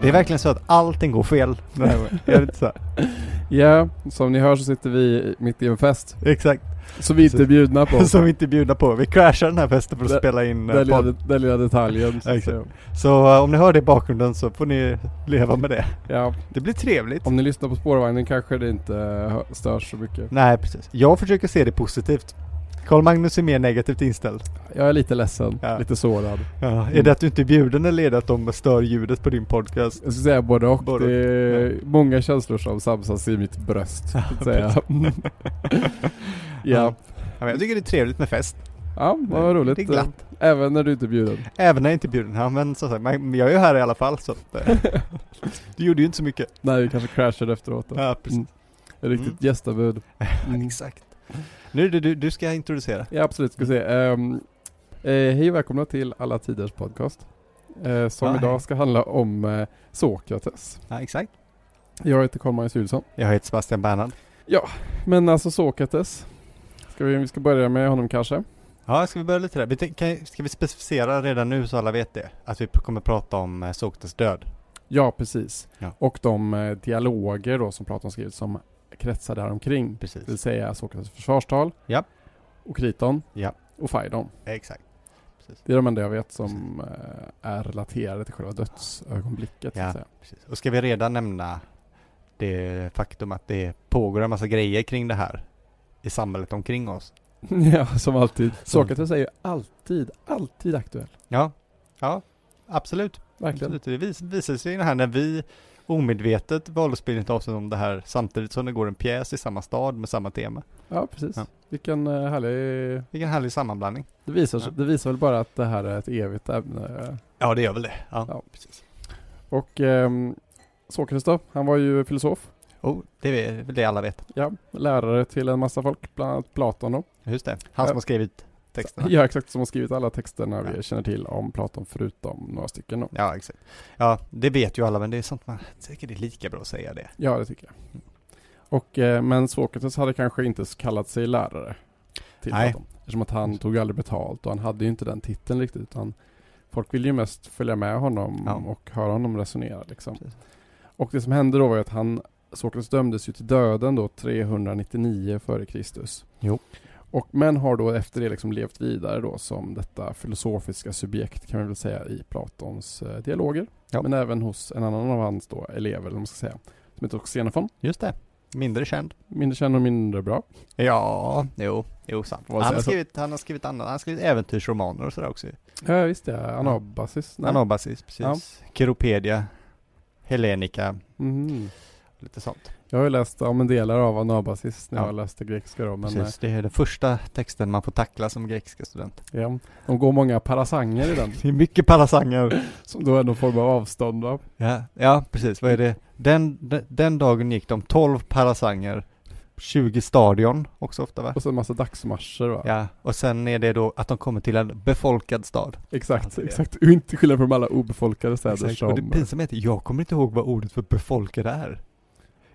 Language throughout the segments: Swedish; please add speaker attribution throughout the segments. Speaker 1: Det är verkligen så att allting går fel den här gången. Är det inte så?
Speaker 2: Ja, som ni hör så sitter vi mitt i en fest
Speaker 1: Exakt.
Speaker 2: som vi inte är
Speaker 1: Så-
Speaker 2: bjudna på.
Speaker 1: Som vi inte bjuder på. Vi crashar den här festen för att
Speaker 2: Där-
Speaker 1: spela in eh,
Speaker 2: Den lilla,
Speaker 1: podd.
Speaker 2: den lilla detaljen. så att
Speaker 1: Exakt.
Speaker 2: säga.
Speaker 1: Så eh, om ni hör det i bakgrunden så får ni leva med det.
Speaker 2: Ja,
Speaker 1: Det blir trevligt.
Speaker 2: om ni lyssnar på spårvagnen kanske det inte eh, störs så mycket.
Speaker 1: Nej, precis. Jag försöker se det positivt. Karl-Magnus är mer negativt inställd.
Speaker 2: Jag är lite ledsen,
Speaker 1: Ja.
Speaker 2: lite sårad.
Speaker 1: Ja, är
Speaker 2: Mm.
Speaker 1: det att du inte är bjuden eller är det att de stör ljudet på din podcast?
Speaker 2: Jag skulle säga både och.
Speaker 1: Både och,
Speaker 2: det är många känslor som samsas i mitt bröst. Så att säga.
Speaker 1: Ja,
Speaker 2: ja.
Speaker 1: men jag tycker det är trevligt med fest.
Speaker 2: ja, vad roligt.
Speaker 1: Det är glatt.
Speaker 2: Även när du inte är bjuden.
Speaker 1: Även när jag inte är bjuden. Ja, men som sagt, man- jag är ju här i alla fall så att, eh, Du gjorde ju inte så mycket.
Speaker 2: Nej, vi kanske crashade efteråt. Då.
Speaker 1: Ja, precis.
Speaker 2: Mm. Ett riktigt
Speaker 1: Mm.
Speaker 2: gästabud. Mm.
Speaker 1: Exakt. Nu du, du, du ska introducera.
Speaker 2: Ja, absolut. Ska se. Ehm, eh, hej och välkomna till Alla Tiders Podcast. eh, som
Speaker 1: Ja, hej.
Speaker 2: idag ska handla om eh, Sokrates.
Speaker 1: Ja, exakt.
Speaker 2: Jag heter Carl-Magnus Judson.
Speaker 1: Jag heter Sebastian Bernhard.
Speaker 2: Men alltså Sokrates. Ska vi, vi ska börja med honom kanske.
Speaker 1: Ja, ska vi börja lite där? Vi tänk- kan, ska vi specificera redan nu så alla vet det? Att vi p- kommer prata om eh, Sokrates död.
Speaker 2: Ja, precis.
Speaker 1: Ja.
Speaker 2: Och de eh, dialoger då som Platon skrivit som kretsar däromkring. Det vill
Speaker 1: Precis.
Speaker 2: säga Sokrates försvarstal.
Speaker 1: Ja.
Speaker 2: Och Kriton.
Speaker 1: Ja.
Speaker 2: Och Phaidon.
Speaker 1: Exakt.
Speaker 2: Det är de enda jag vet som eh, är relaterade till själva dödsögonblicket. Så
Speaker 1: Ja.
Speaker 2: att säga.
Speaker 1: Precis. Och ska vi redan nämna det faktum att det pågår en massa grejer kring det här i samhället omkring oss?
Speaker 2: ja, som alltid. Sokrates är ju alltid, alltid aktuell.
Speaker 1: Ja, ja, absolut.
Speaker 2: Verkligen.
Speaker 1: absolut. Det vis, visar sig ju det här när vi omedvetet valde att spela ett avsnitt om det här samtidigt som det går en pjäs i samma stad med samma tema.
Speaker 2: Ja, precis.
Speaker 1: Ja.
Speaker 2: Vilken eh, härlig...
Speaker 1: Vilken härlig sammanblandning.
Speaker 2: Det visar, sig-
Speaker 1: Ja.
Speaker 2: det visar väl bara att det här är ett evigt ämne.
Speaker 1: Ja, det gör väl det. Ja,
Speaker 2: Ja.
Speaker 1: precis.
Speaker 2: Och ehm, Sokrates då, han var ju filosof.
Speaker 1: Oh, det är väl det alla vet.
Speaker 2: Ja, lärare till en massa folk, bland annat Platon då.
Speaker 1: Just det. Han som
Speaker 2: Ja.
Speaker 1: har skrivit texterna.
Speaker 2: Ja, exakt, som har skrivit alla texterna vi
Speaker 1: Ja.
Speaker 2: känner till om Platon, förutom några stycken då.
Speaker 1: Ja, exakt. Ja, det vet ju alla, men det är sånt man tycker det är lika bra att säga det.
Speaker 2: Ja, det tycker jag. Och, eh, men Sokrates hade kanske inte kallat sig lärare till
Speaker 1: Nej.
Speaker 2: Platon. Eftersom att han tog aldrig betalt och han hade ju inte den titeln riktigt. Utan folk ville ju mest följa med honom
Speaker 1: Ja.
Speaker 2: och höra honom resonera. Liksom.
Speaker 1: Precis.
Speaker 2: Och det som hände då var ju att han, Sokrates dömdes ju till döden då 399 före Kristus.
Speaker 1: Jo.
Speaker 2: Och, men har då efter det liksom levt vidare då som detta filosofiska subjekt kan man väl säga i Platons eh, dialoger.
Speaker 1: Ja.
Speaker 2: Men även hos en annan av hans då elever, eller vad man ska säga, som heter Xenofon.
Speaker 1: Just det. Mindre känd.
Speaker 2: Mindre känd och mindre bra.
Speaker 1: Ja, jo, jo sant. Han
Speaker 2: Vad säger
Speaker 1: har,
Speaker 2: så?
Speaker 1: skrivit, han har skrivit annat, han har skrivit äventyrsromaner och sådär också
Speaker 2: Ja, visst det. Anabasis. Nej.
Speaker 1: Anabasis, precis. Keropedia, Hellenica,
Speaker 2: Mhm.
Speaker 1: lite sånt.
Speaker 2: Jag har ju läst ja, men delar av Anabasis när
Speaker 1: Ja.
Speaker 2: jag läste grekiska då, men eh,
Speaker 1: precis, det är den första texten man får tackla som grekiska student.
Speaker 2: eh, ja, de går många parasanger i den,
Speaker 1: Det är mycket parasanger.
Speaker 2: som då är någon form av avstånd. Då.
Speaker 1: ja, ja, precis. Vad är det? Den, den, den dagen gick de 12 parasanger, 20 stadion också ofta va?
Speaker 2: Och så en massa dagsmarscher va?
Speaker 1: Ja, och sen är det då att de kommer till en befolkad stad.
Speaker 2: Exakt,
Speaker 1: Alltså, det-
Speaker 2: exakt. Och inte skillnad från alla obefolkade städer
Speaker 1: Exakt,
Speaker 2: som...
Speaker 1: och det pinsamma är att jag kommer inte ihåg vad ordet för befolkad är.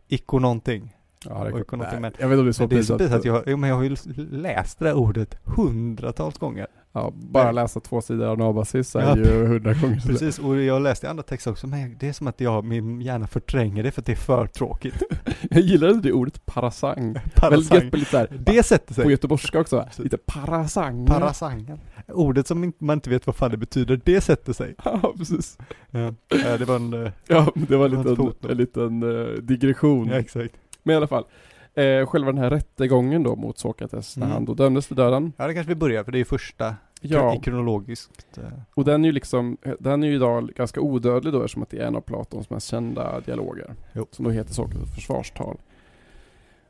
Speaker 1: Iko någonting.
Speaker 2: ja, det,
Speaker 1: oj, kolla
Speaker 2: nej,
Speaker 1: till mig.
Speaker 2: jag vet inte om det är så
Speaker 1: Men det är så
Speaker 2: pinsamt.
Speaker 1: pinsamt att jag, jo, men jag har ju läst det här ordet hundratals gånger.
Speaker 2: ja, bara läsa två sidor av Anabasis är
Speaker 1: Ja,
Speaker 2: ju hundra gånger så-
Speaker 1: Precis, och jag läste i andra texter också, men det är som att jag, min hjärna förtränger det för att det är för tråkigt.
Speaker 2: Jag gillar inte det ordet parasang. Väldigt
Speaker 1: Parasang.
Speaker 2: gött med lite där,
Speaker 1: Det sätter
Speaker 2: på Mm.
Speaker 1: sig.
Speaker 2: göteborgska också,
Speaker 1: Precis.
Speaker 2: lite parasang.
Speaker 1: Parasangen. Ordet som in- man inte vet vad fan det betyder, det sätter sig.
Speaker 2: ja, precis.
Speaker 1: Ja, det var en... eh,
Speaker 2: Ja, men det var en
Speaker 1: Hans
Speaker 2: liten,
Speaker 1: fotnot.
Speaker 2: en liten eh, digression.
Speaker 1: Ja, exakt.
Speaker 2: Men i alla fall, eh, själva den här rättegången då mot Sokrates, när
Speaker 1: Mm.
Speaker 2: han då dömdes till döden.
Speaker 1: Ja, det kanske vi börjar, för det är ju första,
Speaker 2: Ja.
Speaker 1: i kronologiskt. eh,
Speaker 2: Och den är ju liksom, den är ju idag ganska odödlig då eftersom att det är en av Platons mest kända dialoger.
Speaker 1: Jo.
Speaker 2: Som då heter Sokrates försvarstal.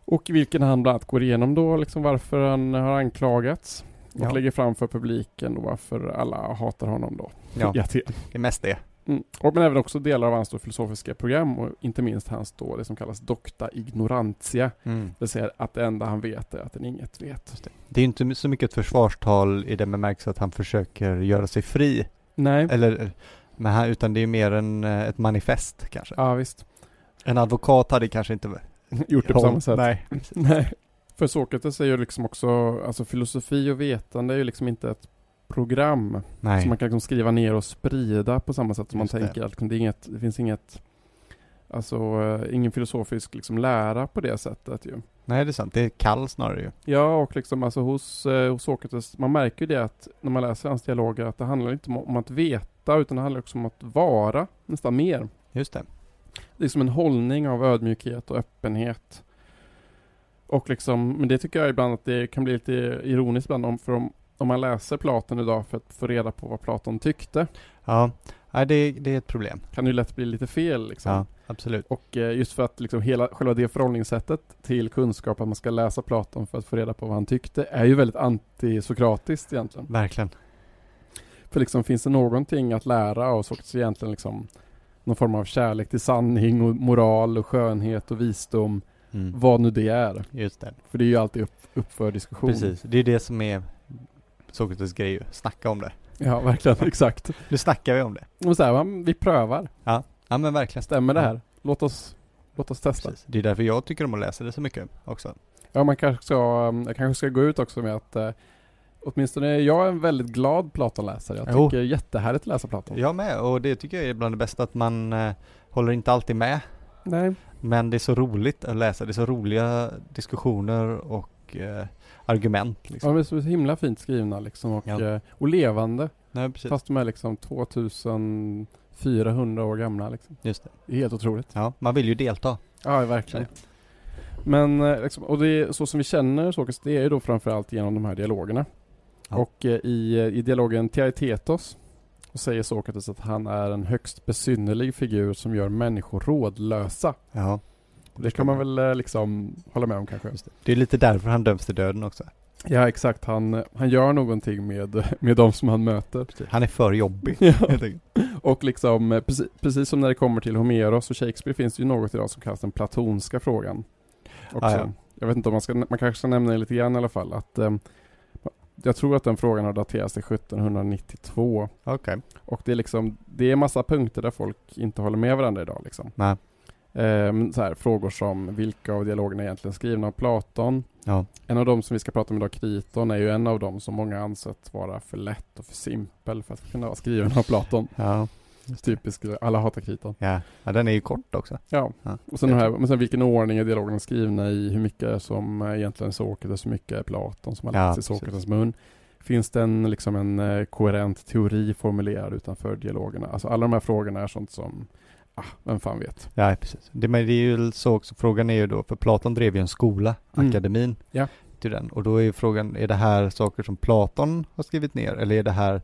Speaker 2: Och i vilken han bland annat går igenom då liksom varför han har anklagats. Och
Speaker 1: Ja.
Speaker 2: lägger fram för publiken och varför alla hatar honom då.
Speaker 1: Ja,
Speaker 2: Ja, till.
Speaker 1: det är mest det.
Speaker 2: Mm. Och men även också delar av hans då filosofiska program och inte minst hans då det som kallas Docta Ignorantia.
Speaker 1: Mm.
Speaker 2: Det vill säga att det enda han vet är att den inget vet.
Speaker 1: Det är ju inte så mycket ett försvarstal i den bemärkelse att han försöker göra sig fri,
Speaker 2: Nej.
Speaker 1: eller, men han, utan det är ju mer en, eh, ett manifest kanske.
Speaker 2: Ja visst.
Speaker 1: En advokat hade kanske inte
Speaker 2: Gjort det på samma sätt.
Speaker 1: Nej.
Speaker 2: Nej. För Sokrates är ju liksom också, alltså filosofi och vetande är ju liksom inte ett program
Speaker 1: Nej.
Speaker 2: som man kan liksom skriva ner och sprida på samma sätt som man
Speaker 1: Just det.
Speaker 2: tänker. Att det, är inget, det finns inget, alltså eh, ingen filosofisk liksom lära på det sättet ju.
Speaker 1: Nej, det är sant. Det är kall snarare ju.
Speaker 2: Ja, och liksom alltså hos, eh, hos Sokrates, man märker ju det att när man läser hans dialoger att det handlar inte om- om att veta utan det handlar också om att vara nästan mer.
Speaker 1: Just det.
Speaker 2: Det är som en hållning av ödmjukhet och öppenhet. Och liksom, men det tycker jag ibland att det kan bli lite ironiskt ibland om, för om, om man läser Platon idag för att få reda på vad Platon tyckte
Speaker 1: Ja, Nej, det, det är ett problem.
Speaker 2: kan det ju lätt bli lite fel liksom.
Speaker 1: Ja, absolut.
Speaker 2: Och eh, just för att liksom hela, själva det förhållningssättet till kunskap, att man ska läsa Platon för att få reda på vad han tyckte, är ju väldigt antisokratiskt egentligen.
Speaker 1: Verkligen.
Speaker 2: För liksom, finns det någonting att lära av Sokrates egentligen liksom någon form av kärlek till sanning och moral och skönhet och visdom,
Speaker 1: Mm.
Speaker 2: vad nu det är.
Speaker 1: Just det.
Speaker 2: För det är ju alltid upp, upp för diskussion.
Speaker 1: Precis. Det är det som är Sokrates grej ju. Snacka om det.
Speaker 2: Ja, verkligen, exakt.
Speaker 1: Nu snackar vi om det.
Speaker 2: Och så här, ja, men vi prövar.
Speaker 1: Ja, men verkligen.
Speaker 2: Stämmer det här? Låt oss, låt oss testa.
Speaker 1: Precis. Det är därför jag tycker om att läsa det så mycket också.
Speaker 2: Ja, man kanske ska, um, jag kanske ska gå ut också med att eh, åtminstone jag är en väldigt glad Platonläsare. Jag
Speaker 1: Jo.
Speaker 2: tycker det är jättehärligt att läsa Platon.
Speaker 1: Jag med, och det tycker jag är bland det bästa att man eh, håller inte alltid med.
Speaker 2: Nej.
Speaker 1: Men det är så roligt att läsa, det är så roliga diskussioner och eh, argument.
Speaker 2: Ja,
Speaker 1: Liksom.
Speaker 2: de är så himla fint skrivna liksom och,
Speaker 1: Ja.
Speaker 2: eh, och levande.
Speaker 1: Nej, precis.
Speaker 2: Fast de är liksom 2400 år gamla liksom.
Speaker 1: Just det.
Speaker 2: Det är helt otroligt.
Speaker 1: Ja, man vill ju delta.
Speaker 2: Ja, verkligen. Men eh, liksom, och det är så som vi känner Sokrates, det är ju då framförallt genom de här dialogerna.
Speaker 1: Ja.
Speaker 2: Och eh, i, i dialogen Theaetetos så säger Sokrates att han är en högst besynnerlig figur som gör människor rådlösa.
Speaker 1: Ja,
Speaker 2: Det kan man väl eh, liksom hålla med om kanske.
Speaker 1: just det. Det är lite därför han döms till döden också.
Speaker 2: Ja exakt, han, eh, han gör någonting med, med de som han möter.
Speaker 1: Han är för jobbig.
Speaker 2: Ja.
Speaker 1: helt enkelt.
Speaker 2: Och liksom, eh, precis, precis som när det kommer till Homeros och Shakespeare finns det ju något idag som kallas den platonska frågan. Också.
Speaker 1: Ah, ja.
Speaker 2: Jag vet inte om man ska, man kanske ska nämna det lite grann i alla fall. Att, eh, jag tror att den frågan har daterats till 1792.
Speaker 1: Okej.
Speaker 2: Och det är liksom, det är massa punkter där folk inte håller med varandra idag liksom.
Speaker 1: Nej.
Speaker 2: Eh, men så här, frågor som vilka av dialogerna är egentligen skrivna av Platon?
Speaker 1: Ja.
Speaker 2: En av dem som vi ska prata om idag, Kriton, är ju en av dem som många ansett vara för lätt och för simpel för att kunna vara skriven av Platon.
Speaker 1: Ja.
Speaker 2: Typiskt, alla hatar Kriton.
Speaker 1: ja. Ja, den är ju kort också.
Speaker 2: Ja,
Speaker 1: Ja. typ-
Speaker 2: och sen, de här, men sen vilken ordning är dialogerna skrivna i, hur mycket som eh, egentligen är Sokrates, hur mycket är Platon som har
Speaker 1: Ja,
Speaker 2: lagts i
Speaker 1: precis.
Speaker 2: Sokrates mun. Finns det en, liksom en eh, koherent teori formulerad utanför dialogerna? Alltså alla de här frågorna är sånt som, ah, vem fan vet.
Speaker 1: Ja, precis. Det, men det är ju så också, frågan är ju då, för Platon drev ju en skola,
Speaker 2: Mm.
Speaker 1: akademin,
Speaker 2: Ja.
Speaker 1: till den. Och då är ju frågan, är det här saker som Platon har skrivit ner eller är det här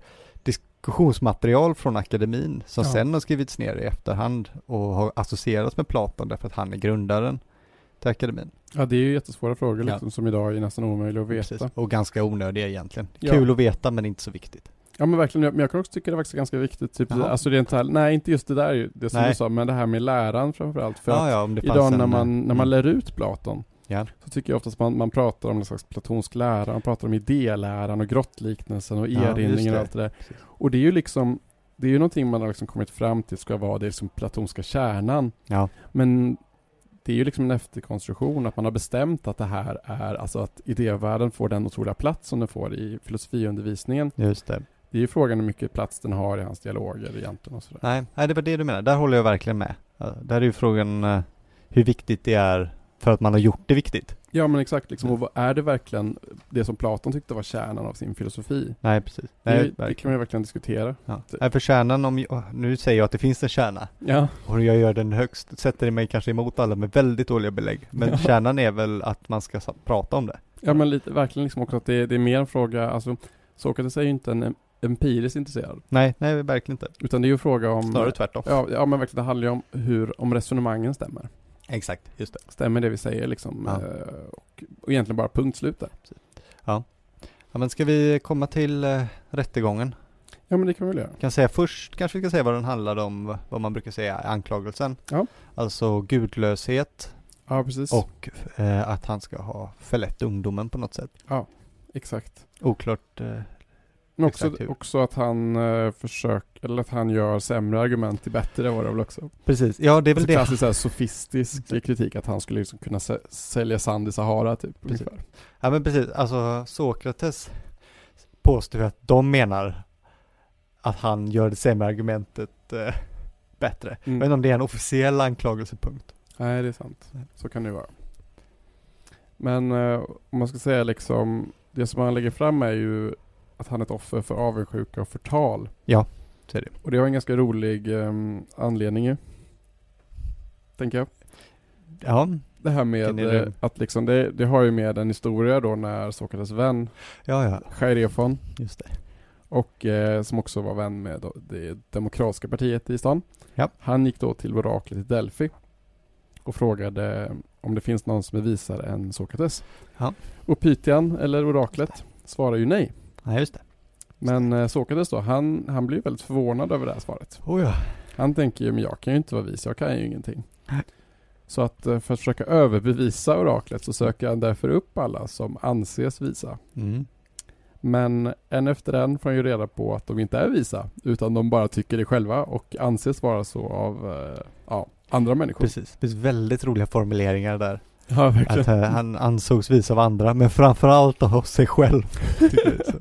Speaker 1: diskussionsmaterial från akademin som
Speaker 2: Ja.
Speaker 1: sen har skrivits ner i efterhand och har associerats med Platon därför att han är grundaren till akademin.
Speaker 2: Ja, det är ju jättesvåra frågor
Speaker 1: Ja.
Speaker 2: liksom, som idag är nästan omöjliga att veta.
Speaker 1: Precis. Och ganska onödiga egentligen.
Speaker 2: Ja.
Speaker 1: Kul att veta men inte så viktigt.
Speaker 2: Ja men verkligen, men jag kan också tycka det är faktiskt ganska viktigt. Typ,
Speaker 1: Jaha.
Speaker 2: alltså rent här, nej inte just det där ju, det som
Speaker 1: Nej.
Speaker 2: du sa, men det här med läran framförallt. För
Speaker 1: Ja,
Speaker 2: att
Speaker 1: ja, om det
Speaker 2: idag när man,
Speaker 1: mm,
Speaker 2: när man lär ut Platon,
Speaker 1: Ja.
Speaker 2: så tycker jag oftast man, man pratar om en slags platonsk lära, man pratar om idéläran och grottliknelsen och
Speaker 1: Ja, just
Speaker 2: erinringen och
Speaker 1: det.
Speaker 2: allt det där.
Speaker 1: Precis.
Speaker 2: Och det är ju liksom, det är ju någonting man har liksom kommit fram till ska vara det liksom platonska kärnan.
Speaker 1: Ja.
Speaker 2: Men det är ju liksom en efterkonstruktion, att man har bestämt att det här är, alltså att idévärlden får den otroliga plats som den får i filosofiundervisningen.
Speaker 1: Just det.
Speaker 2: Det är ju frågan hur mycket plats den har i hans dialoger egentligen och sådär.
Speaker 1: Nej, nej, det var det du menade. Där håller jag verkligen med. Ja, Där är ju frågan eh, hur viktigt det är för att man har gjort det viktigt.
Speaker 2: Ja men exakt,
Speaker 1: Mm.
Speaker 2: liksom, och vad är det verkligen det som Platon tyckte var kärnan av sin filosofi?
Speaker 1: Nej, precis. Nej,
Speaker 2: Det, det kan
Speaker 1: verkligen.
Speaker 2: man ju verkligen diskutera.
Speaker 1: Ja. Nej, för kärnan om, åh, nu säger jag att det finns en kärna
Speaker 2: Ja,
Speaker 1: och jag gör den högst, sätter mig kanske emot alla med väldigt dåliga belägg. Men
Speaker 2: Ja.
Speaker 1: kärnan är väl att man ska sa- prata om det.
Speaker 2: ja men lite, verkligen liksom också att det, det är mer en fråga, alltså Sokrates är ju inte en em- empiriskt intresserad,
Speaker 1: Nej, nej verkligen inte.
Speaker 2: utan det är ju en fråga om
Speaker 1: Snarare tvärtom.
Speaker 2: Ja, ja men verkligen, det handlar ju om hur, om resonemangen stämmer.
Speaker 1: Exakt, just det.
Speaker 2: Stämmer det vi säger liksom?
Speaker 1: Ja.
Speaker 2: eh, Och, och egentligen bara punkt slut där.
Speaker 1: Ja, men ska vi komma till eh, rättegången?
Speaker 2: Ja men det kan vi väl göra.
Speaker 1: kan säga först kanske vi kan säga vad den handlade om, vad man brukar säga, anklagelsen.
Speaker 2: Ja.
Speaker 1: Alltså gudlöshet
Speaker 2: Ja precis,
Speaker 1: och eh, att han ska ha förlett ungdomen på något sätt.
Speaker 2: exakt.
Speaker 1: Oklart. Eh,
Speaker 2: Men
Speaker 1: Exakt
Speaker 2: också,
Speaker 1: hur.
Speaker 2: också att han eh, försöker, eller att han gör sämre argument till bättre var det väl också.
Speaker 1: precis, ja det är väl
Speaker 2: Så
Speaker 1: det.
Speaker 2: klassisk så här, sofistisk kritik att han skulle liksom kunna sä- sälja sand i Sahara typ.
Speaker 1: Precis.
Speaker 2: ungefär.
Speaker 1: Ja men precis, alltså Sokrates påstår jag att de menar att han gör det sämre argumentet eh, bättre. Jag vet inte om det är en officiell anklagelsepunkt.
Speaker 2: Nej, det är sant. Så kan det ju vara. Men eh, om man ska säga liksom, det som han lägger fram är ju att han är ett offer för avundsjuka och förtal.
Speaker 1: Ja, så är det.
Speaker 2: Och det har en ganska rolig eh, anledning ju. Tänker jag.
Speaker 1: Ja,
Speaker 2: Det här
Speaker 1: Vilken
Speaker 2: med
Speaker 1: är det?
Speaker 2: eh, att liksom, det, det har ju med en historia då när Sokrates vän,
Speaker 1: ja, ja,
Speaker 2: Chairefon,
Speaker 1: just det.
Speaker 2: och eh, som också var vän med då, det demokratiska partiet i stan.
Speaker 1: Ja.
Speaker 2: Han gick då till oraklet i Delphi och frågade om det finns någon som är visare än Sokrates.
Speaker 1: Ja.
Speaker 2: Och Pythian, eller oraklet, svarar ju nej.
Speaker 1: Nej, just det.
Speaker 2: Men eh, Sokrates då, han, han blir väldigt förvånad över det här svaret.
Speaker 1: Oh, ja.
Speaker 2: Han tänker ju, men jag kan ju inte vara vis, jag kan ju ingenting.
Speaker 1: Nej.
Speaker 2: Så att eh, för att försöka överbevisa oraklet så söker han därför upp alla som anses visa.
Speaker 1: Mm.
Speaker 2: Men en efter en får han ju reda på att de inte är visa, utan de bara tycker det själva och anses vara så av eh, ja, andra människor.
Speaker 1: Precis, det finns väldigt roliga formuleringar där.
Speaker 2: Ja, verkligen.
Speaker 1: Att eh, han ansågs vis av andra, men framförallt av sig själv. tycker jag är så.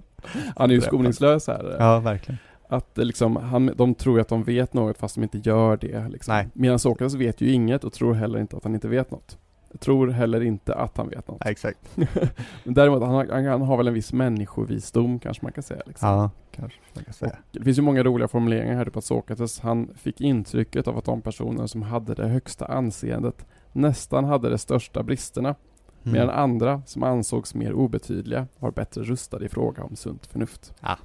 Speaker 2: Han är ju skoningslös här.
Speaker 1: ja, verkligen.
Speaker 2: Att eh, liksom, han, de tror att de vet något fast de inte gör det. Liksom.
Speaker 1: Nej.
Speaker 2: Medan Sokrates vet ju inget och tror heller inte att han inte vet något. Tror heller inte att han vet något.
Speaker 1: Ja, exakt.
Speaker 2: Men däremot, han, har- han, han har väl en viss människovisdom kanske man kan säga. Liksom.
Speaker 1: Ja, kanske man kan säga.
Speaker 2: Det finns ju många roliga formuleringar här på att Sokrates, han fick intrycket av att de personer som hade det högsta anseendet nästan hade de största bristerna,
Speaker 1: Mm.
Speaker 2: medan andra som ansågs mer obetydliga var bättre rustade i fråga om sunt förnuft.
Speaker 1: Ah.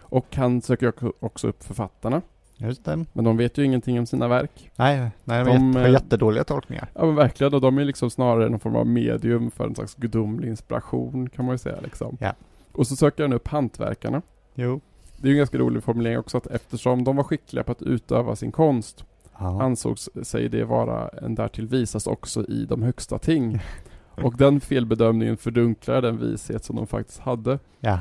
Speaker 2: Och han söker ju också upp författarna,
Speaker 1: Just det.
Speaker 2: men de vet ju ingenting om sina verk.
Speaker 1: Nej, nej de
Speaker 2: De,
Speaker 1: jätte, var
Speaker 2: eh,
Speaker 1: jättedåliga tolkningar.
Speaker 2: Ja men verkligen, och de är liksom snarare någon form av medium för en slags gudomlig inspiration kan man ju säga liksom.
Speaker 1: Ja.
Speaker 2: Och så söker han upp hantverkarna,
Speaker 1: Jo.
Speaker 2: Det är ju en ganska rolig formulering också att eftersom de var skickliga på att utöva sin konst
Speaker 1: Ja.
Speaker 2: ansågs sig det vara en därtill visas också i de högsta ting. Och den felbedömningen fördunklar den vishet som de faktiskt hade. Eh,
Speaker 1: ja.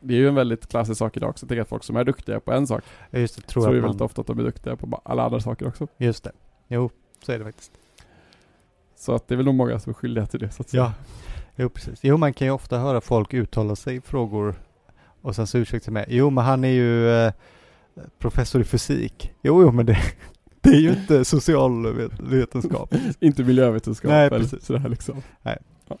Speaker 2: Det är ju en väldigt klassisk sak idag också, jag tänker att folk som är duktiga på en sak
Speaker 1: Just det,
Speaker 2: tror så är
Speaker 1: tror
Speaker 2: det
Speaker 1: jag
Speaker 2: väldigt
Speaker 1: man...
Speaker 2: ofta att de är duktiga på ba- alla andra saker också.
Speaker 1: Just det. Jo, så är det faktiskt.
Speaker 2: Så att det är väl nog många som är skyldiga till det så att säga.
Speaker 1: Ja, jo precis. Jo, man kan ju ofta höra folk uttala sig i frågor och sen så ursäktar med. Jo, men han är ju eh, professor i fysik. Jo, jo, men det, det är ju inte socialvetenskap.
Speaker 2: Inte miljövetenskap
Speaker 1: Nej,
Speaker 2: eller
Speaker 1: precis.
Speaker 2: sådär liksom.
Speaker 1: Nej.
Speaker 2: Ja.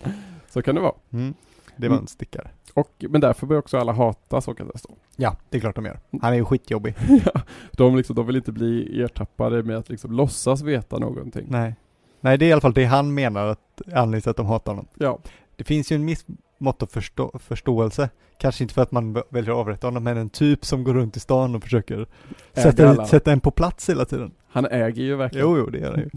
Speaker 2: Så kan det vara.
Speaker 1: Mm. Det var en stickare.
Speaker 2: Och, men därför börjar också alla hata Sokrates då.
Speaker 1: Ja, det är klart de gör. Han är ju skitjobbig.
Speaker 2: Ja, de, liksom, de vill inte bli ertappade med att liksom låtsas veta någonting.
Speaker 1: Nej. Nej, det är i alla fall det han menar att anledningen till att de hatar honom.
Speaker 2: Ja,
Speaker 1: Det finns ju en viss mått av förstå- förståelse. Kanske inte för att man v- väljer att avrätta honom, men en typ som går runt i stan och försöker
Speaker 2: Äger
Speaker 1: sätta,
Speaker 2: alla.
Speaker 1: sätta en på plats hela tiden.
Speaker 2: han äger ju verkligen.
Speaker 1: Jo, jo, det gör det ju.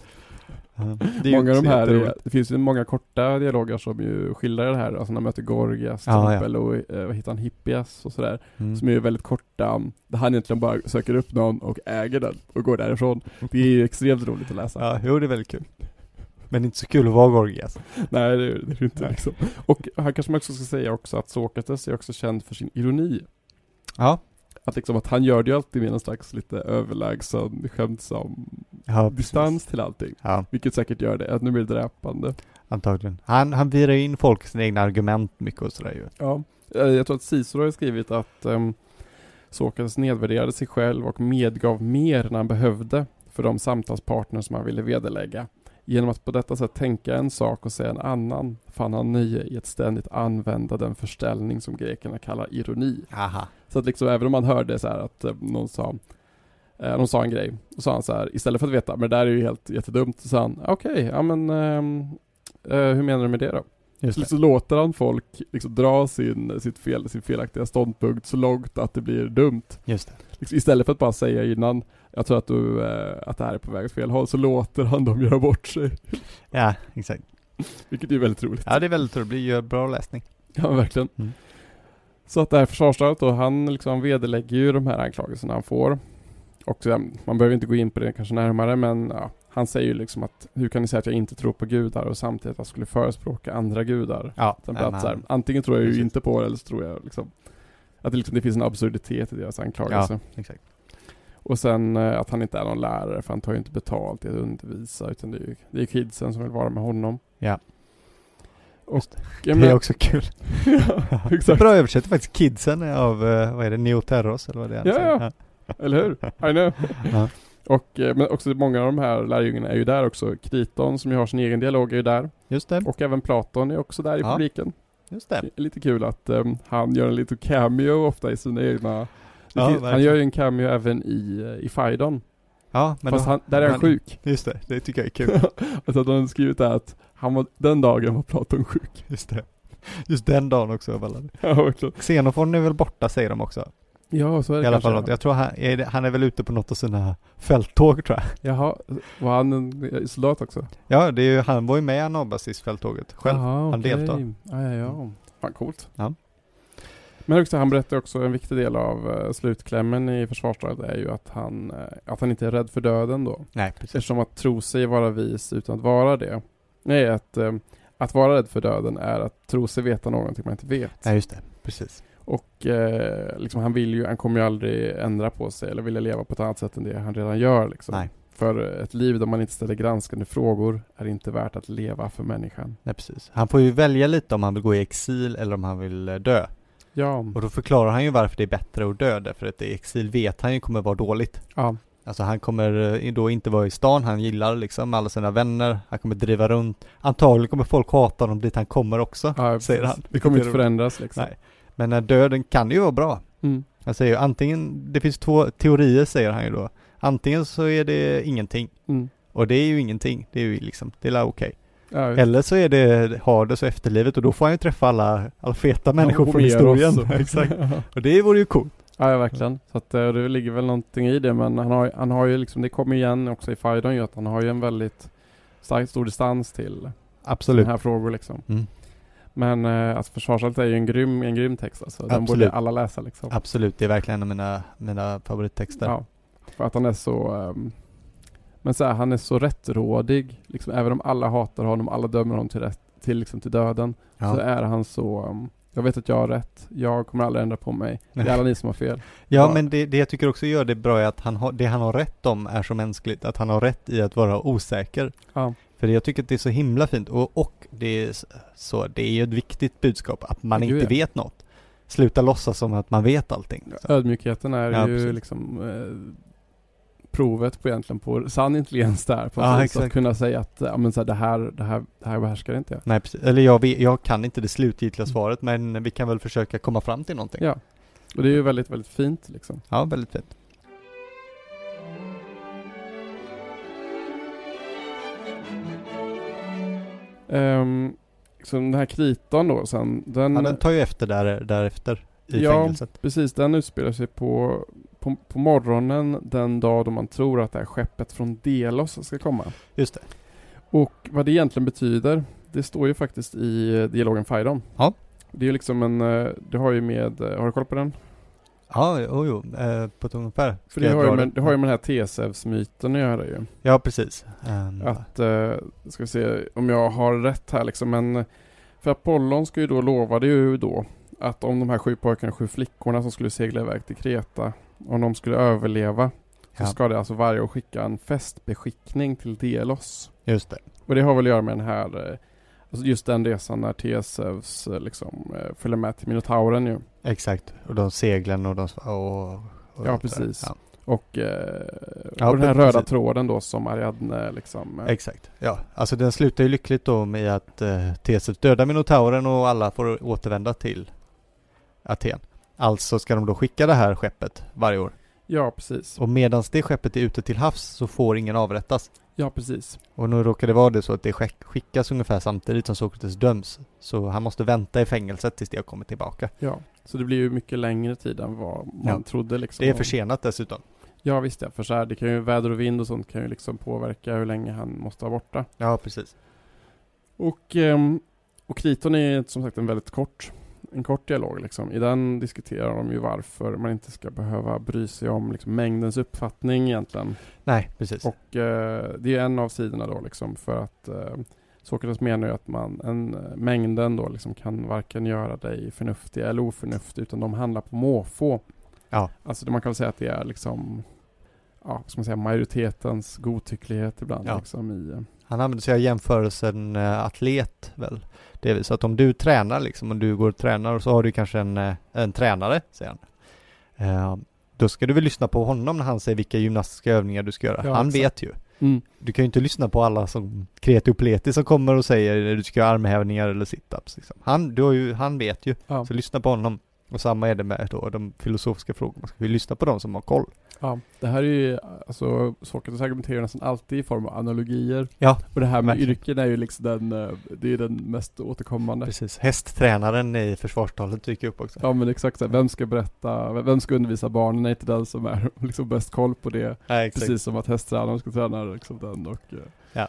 Speaker 1: Ja, det är ju
Speaker 2: många av de
Speaker 1: inte
Speaker 2: här,
Speaker 1: jätteroligt.
Speaker 2: är, det finns ju många korta dialoger som ju skildrar det här, alltså när man möter Gorgias till
Speaker 1: Ja, ja.
Speaker 2: exempel och eh, vad heter han, Hippias och sådär,
Speaker 1: Mm.
Speaker 2: som är ju väldigt korta, där han egentligen bara söker upp någon och äger den och går därifrån. Det är ju extremt roligt att läsa.
Speaker 1: Ja, jo, det är väldigt kul. Men det är inte så kul att vara alltså. Gorgias.
Speaker 2: Nej, det är det är inte
Speaker 1: Nej.
Speaker 2: liksom. Och här kanske man också ska säga också att Sokrates är också känd för sin ironi.
Speaker 1: Ja.
Speaker 2: Att liksom att han gör det ju alltid med en slags lite överlägsen, skämtsam
Speaker 1: ja precis.
Speaker 2: distans till allting.
Speaker 1: Ja,
Speaker 2: Vilket säkert gör det ännu mer dräpande.
Speaker 1: antagligen. Han, han virar in folk i sina egna argument mycket och sådär ju.
Speaker 2: Ja. eh, Jag tror att Cicero har skrivit att um, Sokrates nedvärderade sig själv och medgav mer när han behövde för de samtalspartner som han ville vederlägga. Genom att på detta sätt tänka en sak och säga en annan fann han nöje i att ständigt använda den förställning som grekerna kallar ironi.
Speaker 1: Aha.
Speaker 2: Så att liksom även om man hörde så här att eh, någon sa eh, någon sa en grej och sa han så här istället för att veta men det där är ju helt jättedumt så sa han okej, ja men ehm, eh, hur menar du med det då?
Speaker 1: Just
Speaker 2: Så
Speaker 1: det.
Speaker 2: liksom låter han folk liksom dra sin, sitt fel, sin felaktiga ståndpunkt så långt att det blir dumt.
Speaker 1: Just det.
Speaker 2: Liksom istället för att bara säga innan jag tror att, du, eh, att det här är på väg åt fel håll så låter han dem göra bort sig.
Speaker 1: Ja, exakt.
Speaker 2: Vilket är väldigt roligt.
Speaker 1: Ja, det är väldigt roligt. Det blir ju bra läsning.
Speaker 2: Ja, verkligen.
Speaker 1: Mm.
Speaker 2: Så att det här försvarsstödet då, han liksom vederlägger ju de här anklagelserna han får. Och så, man behöver inte gå in på det kanske närmare, men ja, han säger ju liksom att hur kan ni säga att jag inte tror på gudar och samtidigt att jag skulle förespråka andra gudar?
Speaker 1: Ja.
Speaker 2: Sen
Speaker 1: men
Speaker 2: att, så här,
Speaker 1: han-
Speaker 2: antingen tror jag ju
Speaker 1: Precis.
Speaker 2: inte på det eller så tror jag liksom att det, liksom, det finns en absurditet i deras anklagelse.
Speaker 1: ja, exakt.
Speaker 2: Och sen eh, att han inte är någon lärare för han tar ju inte betalt i att undervisa utan det är ju det är ju kidsen som vill vara med honom.
Speaker 1: Ja.
Speaker 2: Ja,
Speaker 1: Det är
Speaker 2: men-
Speaker 1: också kul.
Speaker 2: ja, exakt.
Speaker 1: Bra översätter faktiskt kidsen av, eh, vad är det, Neo Terros eller vad det är han
Speaker 2: Ja,
Speaker 1: säger.
Speaker 2: ja. Eller hur? I know.
Speaker 1: Ja.
Speaker 2: Och, eh, men också många av de här lärjungarna är ju där också. Kriton som ju har sin egen dialog är ju där.
Speaker 1: Just det,
Speaker 2: Och även Platon är också där i
Speaker 1: Ja.
Speaker 2: publiken.
Speaker 1: just det.
Speaker 2: Det är lite kul att eh, han gör en liten cameo ofta i sina egna... Det
Speaker 1: Ja,
Speaker 2: finns, han
Speaker 1: verkligen.
Speaker 2: gör ju en cameo även i, eh, i Phaidon.
Speaker 1: Ja, men
Speaker 2: Fast
Speaker 1: då,
Speaker 2: han, där är han
Speaker 1: han-
Speaker 2: sjuk.
Speaker 1: just det, det tycker jag är kul.
Speaker 2: alltså att de har skrivit där att han var, den dagen var Platon sjuk.
Speaker 1: Just det. Just den dagen också av alla.
Speaker 2: ja, verkligen.
Speaker 1: Xenofon är väl borta säger de också.
Speaker 2: Ja, så är det
Speaker 1: I alla
Speaker 2: kanske.
Speaker 1: fall något. Jag tror han är, det- han är väl ute på något av sina fälttåg tror jag.
Speaker 2: Jaha, var han en eh, soldat också?
Speaker 1: Ja, det är ju, han var ju med i Anabasisfälttåget själv.
Speaker 2: Aha,
Speaker 1: Han deltar.
Speaker 2: Ja, ja, ja. Fan coolt.
Speaker 1: Ja.
Speaker 2: Men också, han berättar också en viktig del av eh, slutklämmen i försvarsdraget är ju att han, eh, att han inte är rädd för döden då.
Speaker 1: Nej, precis.
Speaker 2: Eftersom att tro sig vara vis utan att vara det. Nej, att, eh, att vara rädd för döden är att tro sig veta någonting man inte vet.
Speaker 1: Nej, just det. Precis.
Speaker 2: Och eh, liksom, han, vill ju, han kommer ju aldrig ändra på sig eller vilja leva på ett annat sätt än det han redan gör. Liksom.
Speaker 1: Nej.
Speaker 2: För ett liv där man inte ställer granskande frågor är inte värt att leva för människan.
Speaker 1: Nej, precis. Han får ju välja lite om han vill gå i exil eller om han vill eh, dö.
Speaker 2: Ja,
Speaker 1: Och då förklarar han ju varför det är bättre att dö, därför att i exil vet han ju kommer vara dåligt.
Speaker 2: ja,
Speaker 1: Alltså han kommer eh, då inte vara i stan, han gillar liksom alla sina vänner, han kommer driva runt. Antagligen kommer folk hata honom dit han kommer också,
Speaker 2: ja
Speaker 1: säger
Speaker 2: precis.
Speaker 1: han.
Speaker 2: Det kommer
Speaker 1: Vilket
Speaker 2: inte
Speaker 1: är roligt.
Speaker 2: förändras liksom.
Speaker 1: Nej. Men eh, döden kan ju vara bra.
Speaker 2: Mm.
Speaker 1: Han säger ju antingen, det finns två teorier säger han ju då. Antingen så är det ingenting,
Speaker 2: Mm.
Speaker 1: och det är ju ingenting, det är ju liksom, det är la okej.
Speaker 2: Ja, just-
Speaker 1: Eller så är det Hades och efterlivet och då får han ju träffa alla, alla feta människor
Speaker 2: Ja,
Speaker 1: från
Speaker 2: Homeros
Speaker 1: historien.
Speaker 2: och-
Speaker 1: Exakt. Och det vore ju coolt.
Speaker 2: ja, ja,
Speaker 1: Mm.
Speaker 2: verkligen. Så att, eh, det ligger väl någonting i det, men han har, han har ju liksom, det kommer igen också i Fajdon ju, att han har ju en väldigt stark, stor distans till
Speaker 1: Absolut.
Speaker 2: sådana här frågor liksom.
Speaker 1: Mm.
Speaker 2: Men eh, alltså, Försvarsallt är ju en grym, en grym text alltså. Den
Speaker 1: Absolut.
Speaker 2: borde alla läsa liksom.
Speaker 1: Absolut, det är verkligen en av mina, mina favorittexter.
Speaker 2: Ja, för att han är så... ehm, men så här, han är så rättrådig. Liksom, även om alla hatar honom, alla dömer honom till, rätt, till, liksom, till döden.
Speaker 1: Ja.
Speaker 2: Så är han så... ehm, jag vet att jag har rätt. Jag kommer aldrig ändra på mig. Det är alla ni som har fel.
Speaker 1: Ja,
Speaker 2: Ja.
Speaker 1: men det, det jag tycker också gör det bra är att han har, det han har rätt om är så mänskligt, att han har rätt i att vara osäker.
Speaker 2: Ja,
Speaker 1: För jag tycker att det är så himla fint och, och det, är s- så, det är ju ett viktigt budskap att man
Speaker 2: Gud,
Speaker 1: inte
Speaker 2: ja.
Speaker 1: vet något. Sluta låtsas som att man vet allting. liksom.
Speaker 2: ödmjukheten är
Speaker 1: Ja,
Speaker 2: ju
Speaker 1: precis.
Speaker 2: liksom eh, provet på egentligen på sann intelligens där. På
Speaker 1: Ja,
Speaker 2: ja, att
Speaker 1: exakt.
Speaker 2: kunna säga att ja, men så här, det, här, det, här, det här behärskar inte jag.
Speaker 1: Nej, precis. Eller jag, vet, jag kan inte det slutgiltiga
Speaker 2: Mm.
Speaker 1: svaret, men vi kan väl försöka komma fram till någonting.
Speaker 2: Ja. Och det är ju väldigt, väldigt fint liksom.
Speaker 1: Ja, väldigt fint.
Speaker 2: Um, så den här kritan då sen, den,
Speaker 1: Ja, den tar ju efter där, därefter i
Speaker 2: Mm. Ja.
Speaker 1: fängelset.
Speaker 2: precis den utspelar sig på, på, på morgonen den dag då man tror att det här skeppet från Delos ska komma.
Speaker 1: Just det.
Speaker 2: Och vad det egentligen betyder, det står ju faktiskt i eh, dialogen Fajdon.
Speaker 1: Ja.
Speaker 2: Det är ju liksom en, eh, det har ju med, eh, har du koll på den?
Speaker 1: Ja, jo, jo, eh, på ett ungefär.
Speaker 2: För
Speaker 1: Ska
Speaker 2: det
Speaker 1: jag
Speaker 2: har, ju
Speaker 1: dra
Speaker 2: med,
Speaker 1: det? Mm.
Speaker 2: det har ju med den här Tesevs-myten att göra ju.
Speaker 1: Ja, precis. Ehm,
Speaker 2: Att, eh, ska vi se om jag har rätt här liksom, men för Apollon ska ju då lovade ju då att om de här sju pojkarna och sju flickorna som skulle segla iväg till Kreta, om de skulle överleva, så
Speaker 1: Ja.
Speaker 2: ska det alltså varje år skicka en festbeskickning till Delos.
Speaker 1: Just det.
Speaker 2: Och det har väl att göra med den här, eh, alltså just den resan när Theseus eh, liksom eh, följer med till Minotauren ju.
Speaker 1: Exakt. Och de seglen och de... Och, och
Speaker 2: Ja,
Speaker 1: allt det där.
Speaker 2: precis.
Speaker 1: Ja.
Speaker 2: Och, eh,
Speaker 1: Ja,
Speaker 2: och den här
Speaker 1: precis.
Speaker 2: röda tråden då som Ariadne liksom... eh,
Speaker 1: Exakt. Ja, alltså den slutar ju lyckligt då med att eh, Theseus dödar Minotauren och alla får återvända till Aten. Alltså ska de då skicka det här skeppet varje år.
Speaker 2: Ja, precis.
Speaker 1: Och medan det skeppet är ute till havs så får ingen avrättas.
Speaker 2: Ja, precis.
Speaker 1: Och nu råkar det vara det så att det skick- skickas ungefär samtidigt som Sokrates döms. Så han måste vänta i fängelset tills det har kommit tillbaka.
Speaker 2: Ja, så det blir ju mycket längre tid än vad man
Speaker 1: Ja.
Speaker 2: trodde. Liksom.
Speaker 1: Det är försenat dessutom.
Speaker 2: Ja, visst ja. För så här, det kan ju, väder och vind och sånt kan ju liksom påverka hur länge han måste vara borta.
Speaker 1: Ja, precis.
Speaker 2: Och, ehm, och Kriton är som sagt en väldigt kort, en kort dialog. Liksom. I den diskuterar de ju varför man inte ska behöva bry sig om liksom, mängdens uppfattning egentligen.
Speaker 1: Nej, precis.
Speaker 2: Och eh, det är en av sidorna då liksom för att eh, Sokrates menar ju att man, en, eh, mängden då liksom kan varken göra dig förnuftig eller oförnuftig utan de handlar på måfå.
Speaker 1: Ja.
Speaker 2: Alltså det man kan väl säga att det är liksom ja, vad ska man säga, majoritetens godtycklighet ibland.
Speaker 1: Ja.
Speaker 2: Liksom i, eh,
Speaker 1: Han använder sig av jämförelsen eh, atlet väl? Det vill säga att om du tränar liksom, om du går och tränar och så har du kanske en, eh, en tränare, säger han. Eh, Då ska du väl lyssna på honom när han säger vilka gymnastiska övningar du ska göra.
Speaker 2: Ja,
Speaker 1: han
Speaker 2: exakt.
Speaker 1: vet ju.
Speaker 2: mm.
Speaker 1: Du kan ju inte lyssna på alla som kreti och pleti som kommer och säger eh, du ska göra armhävningar eller situps. Liksom. Han, du har ju, han vet ju.
Speaker 2: Ja.
Speaker 1: Så lyssna på honom. Och samma är det med då, de filosofiska frågorna. Ska vi lyssna på dem som har koll?
Speaker 2: Ja, det här är ju, alltså Sokrates argumenterar ju nästan alltid i form av analogier.
Speaker 1: Ja,
Speaker 2: Och det här med
Speaker 1: verkligen.
Speaker 2: yrken är ju liksom den, eh, det är ju den mest återkommande.
Speaker 1: precis. Hästtränaren i försvarstalet dyker upp också.
Speaker 2: Ja men exakt, så här, vem ska berätta, v- vem ska undervisa barnen är inte den som är liksom bäst koll på det.
Speaker 1: Ja, exakt.
Speaker 2: Precis som att hästtränaren ska träna liksom den och eh,
Speaker 1: Ja.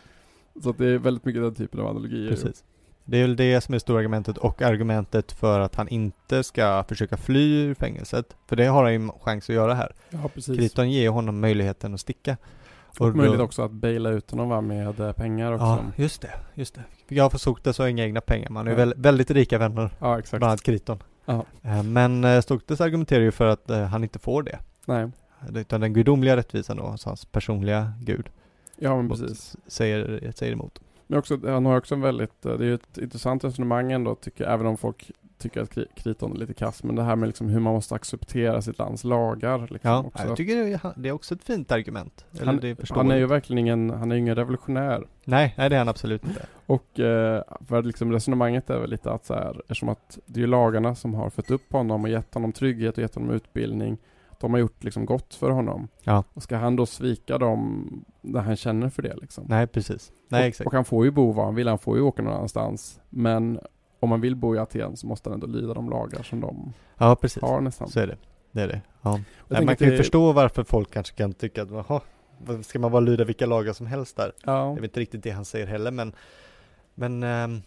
Speaker 2: Så att det är väldigt mycket den typen av analogier.
Speaker 1: Precis. Det är väl det som är stora argumentet och argumentet för att han inte ska försöka fly ur fängelset. För det har han ju chans att göra här.
Speaker 2: Ja precis.
Speaker 1: Kriton ger ju honom möjligheten att sticka.
Speaker 2: Och
Speaker 1: då-
Speaker 2: möjligt också att baila ut honom va, med eh, pengar också.
Speaker 1: Ja,
Speaker 2: Ja,
Speaker 1: just det. Just det. Jag försökte så har jag inga egna pengar. Man är ju
Speaker 2: Ja.
Speaker 1: väl, väldigt rika vänner,
Speaker 2: exakt.
Speaker 1: bland annat Kriton.
Speaker 2: Ja.
Speaker 1: Eh, Men eh, Stoktes argumenterar ju för att eh, han inte får det.
Speaker 2: Nej.
Speaker 1: Utan den gudomliga rättvisan då, alltså hans personliga gud,
Speaker 2: Ja men
Speaker 1: mot-
Speaker 2: precis.
Speaker 1: säger, säger emot.
Speaker 2: Men också, han har också en väldigt, eh, det är ju ett intressant resonemang ändå tycker jag, även om folk tycker att Kri- Kriton är lite kass, men det här med liksom hur man måste acceptera sitt lands lagar. Liksom,
Speaker 1: Ja,
Speaker 2: också.
Speaker 1: jag tycker det är- det är också ett fint argument. Eller
Speaker 2: han,
Speaker 1: det förstår
Speaker 2: han är
Speaker 1: jag.
Speaker 2: ju verkligen ingen, han är ju ingen revolutionär.
Speaker 1: Nej, nej det är han absolut inte.
Speaker 2: Och eh, för liksom resonemanget är väl lite att så här, eftersom att det är ju lagarna som har fött upp honom och gett honom trygghet och gett honom utbildning. De har gjort liksom gott för honom.
Speaker 1: Ja.
Speaker 2: Och ska han då svika dem när han känner för det liksom?
Speaker 1: Nej, precis. Nej,
Speaker 2: och,
Speaker 1: exakt.
Speaker 2: och han får ju bo var han vill, han får ju åka någon annanstans. Men om man vill bo i Aten så måste han ändå lyda de lagar som de
Speaker 1: ja, precis.
Speaker 2: har nästan.
Speaker 1: Så är det. Det är det. Ja.
Speaker 2: Jag
Speaker 1: Nej,
Speaker 2: tänker
Speaker 1: man
Speaker 2: att
Speaker 1: kan ju
Speaker 2: det-
Speaker 1: förstå varför folk kanske kan tycka att, jaha, vad- ska man bara lyda vilka lagar som helst där?
Speaker 2: Ja,
Speaker 1: Det är väl inte riktigt det han säger heller, men, men ehm,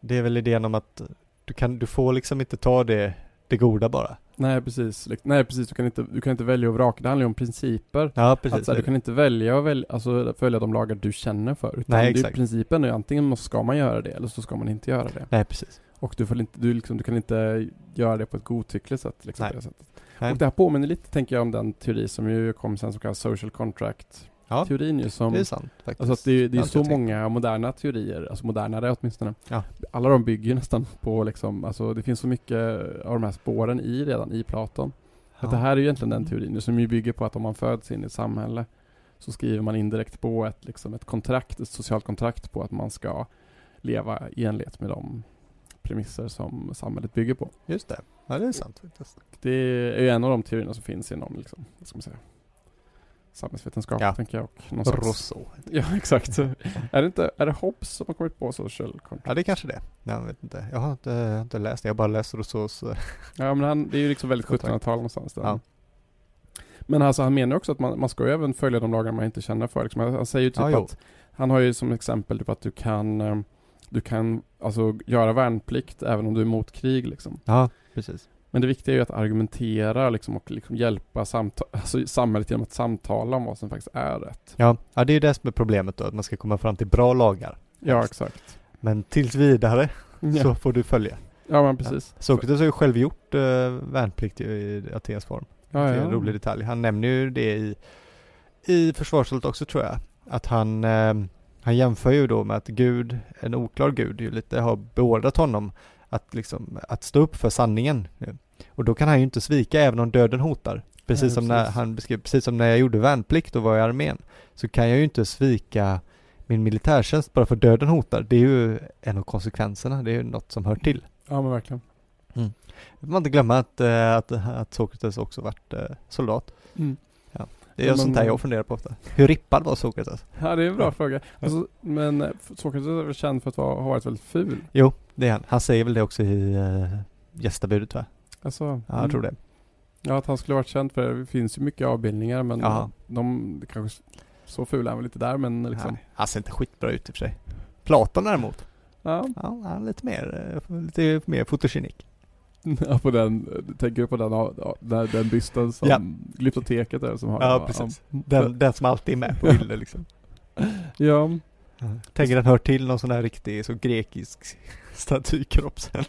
Speaker 1: det är väl idén om att du, kan, du får liksom inte ta det, det goda bara.
Speaker 2: nej precis. Lik- Nej precis, du kan inte, du kan inte välja och vraka. Det handlar ju om principer.
Speaker 1: Ja, precis.
Speaker 2: Att, så här, du kan inte välja att väl, alltså, följa de lagar du känner för. Utan
Speaker 1: Nej,
Speaker 2: det är ju
Speaker 1: exakt.
Speaker 2: principen är ju antingen måste- ska man göra det eller så ska man inte göra det.
Speaker 1: Nej, precis.
Speaker 2: Och du, får inte, du, liksom, du kan inte göra det på ett godtyckligt sätt. Liksom,
Speaker 1: Nej.
Speaker 2: på det sättet.
Speaker 1: Nej.
Speaker 2: Och det här påminner lite, tänker jag, om den teori som ju kom sen som kallas social contract-teorin.
Speaker 1: Ja,
Speaker 2: ju som
Speaker 1: det är sant faktiskt.
Speaker 2: Alltså att det, är- det är
Speaker 1: Ja,
Speaker 2: så
Speaker 1: jag tänkte-
Speaker 2: många moderna teorier, alltså modernare åtminstone.
Speaker 1: Ja.
Speaker 2: Alla de bygger ju nästan på liksom, alltså det finns så mycket av de här spåren i redan i Platon.
Speaker 1: Ja.
Speaker 2: Att det här är ju egentligen den teorin nu som ju bygger på att om man föds in i ett samhälle så skriver man indirekt på ett, liksom ett kontrakt, ett socialt kontrakt på att man ska leva i enlighet med de premisser som samhället bygger på.
Speaker 1: Just det. Ja, det är sant faktiskt.
Speaker 2: Det är ju en av de teorierna som finns inom, liksom, vad ska man säga, samhällsvetenskap
Speaker 1: Ja.
Speaker 2: tänker jag. Och någon slags-
Speaker 1: Rousseau.
Speaker 2: Ja, exakt. är, det inte, är det Hobbes som har kommit på social contract?
Speaker 1: Ja, det är kanske det. Jag vet inte. Jag har inte, jag har inte läst det. Jag bara läser Rousseaus eh,
Speaker 2: Ja, men han, det är ju liksom väldigt
Speaker 1: Contract.
Speaker 2: 1700-tal någonstans där.
Speaker 1: Ja.
Speaker 2: Men alltså, han menar ju också att man, man ska ju även följa de lagar man inte känner för. Liksom. Han, han säger ju typ
Speaker 1: Ja, jo.
Speaker 2: att, han har ju som exempel typ att du kan, eh, du kan alltså göra värnplikt även om du är emot krig liksom.
Speaker 1: Ja, precis.
Speaker 2: Men det viktiga är ju att argumentera liksom, och liksom hjälpa samta- alltså, samhället genom att samtala om vad som faktiskt är rätt.
Speaker 1: Ja, ja det är ju det som är problemet då, att man ska komma fram till bra lagar.
Speaker 2: Ja,
Speaker 1: Helst.
Speaker 2: exakt.
Speaker 1: Men tills vidare
Speaker 2: Ja,
Speaker 1: så får du följa.
Speaker 2: ja men precis.
Speaker 1: Sokrates har ju själv gjort eh, värnplikt i- i Atens form.
Speaker 2: Ja,
Speaker 1: Det är en rolig detalj. Han nämner ju det i, i försvarshållet också tror jag. Att han, eh, han jämför ju då med att Gud, en oklar Gud, ju lite har beordrat honom att, liksom, att stå upp för sanningen. nu. Och då kan han ju inte svika även om döden hotar. Precis,
Speaker 2: Nej,
Speaker 1: som, när
Speaker 2: precis.
Speaker 1: han beskrev, precis som när jag gjorde värnplikt och var i armén, så kan jag ju inte svika min militärtjänst bara för döden hotar. Det är ju en av konsekvenserna, det är ju något som hör till.
Speaker 2: ja, men verkligen.
Speaker 1: Man får inte glömma att, eh, att, att Sokrates också varit eh, soldat. Mm. Det är
Speaker 2: Men-
Speaker 1: sånt här jag funderar på ofta. Hur rippad var Sokrates?
Speaker 2: Ja, det är en bra fråga. Alltså, men eh, Sokrates är väl känd för att vara, ha varit väldigt ful?
Speaker 1: Jo, det är han. Han säger väl det också i uh, gästabudet va?
Speaker 2: Alltså,
Speaker 1: Ja, jag tror det.
Speaker 2: Ja, att han skulle varit känd för det. Det finns ju mycket avbildningar, men
Speaker 1: Jaha.
Speaker 2: eh, de det kanske s- så fula är han väl inte där, men liksom.
Speaker 1: Nej, han ser inte skitbra ut i och för sig. Platon däremot,
Speaker 2: Ja,
Speaker 1: ja, han är lite mer, eh, lite mer fotogenik.
Speaker 2: ja på den, tänker du på den, av- ja, den, den bysten som
Speaker 1: Ja.
Speaker 2: glyptoteket är som har?
Speaker 1: Ja, precis. Den, den som alltid är med på bilder liksom.
Speaker 2: Ja,
Speaker 1: Tänker den hör till någon sån här riktig, så grekisk statykropp sen.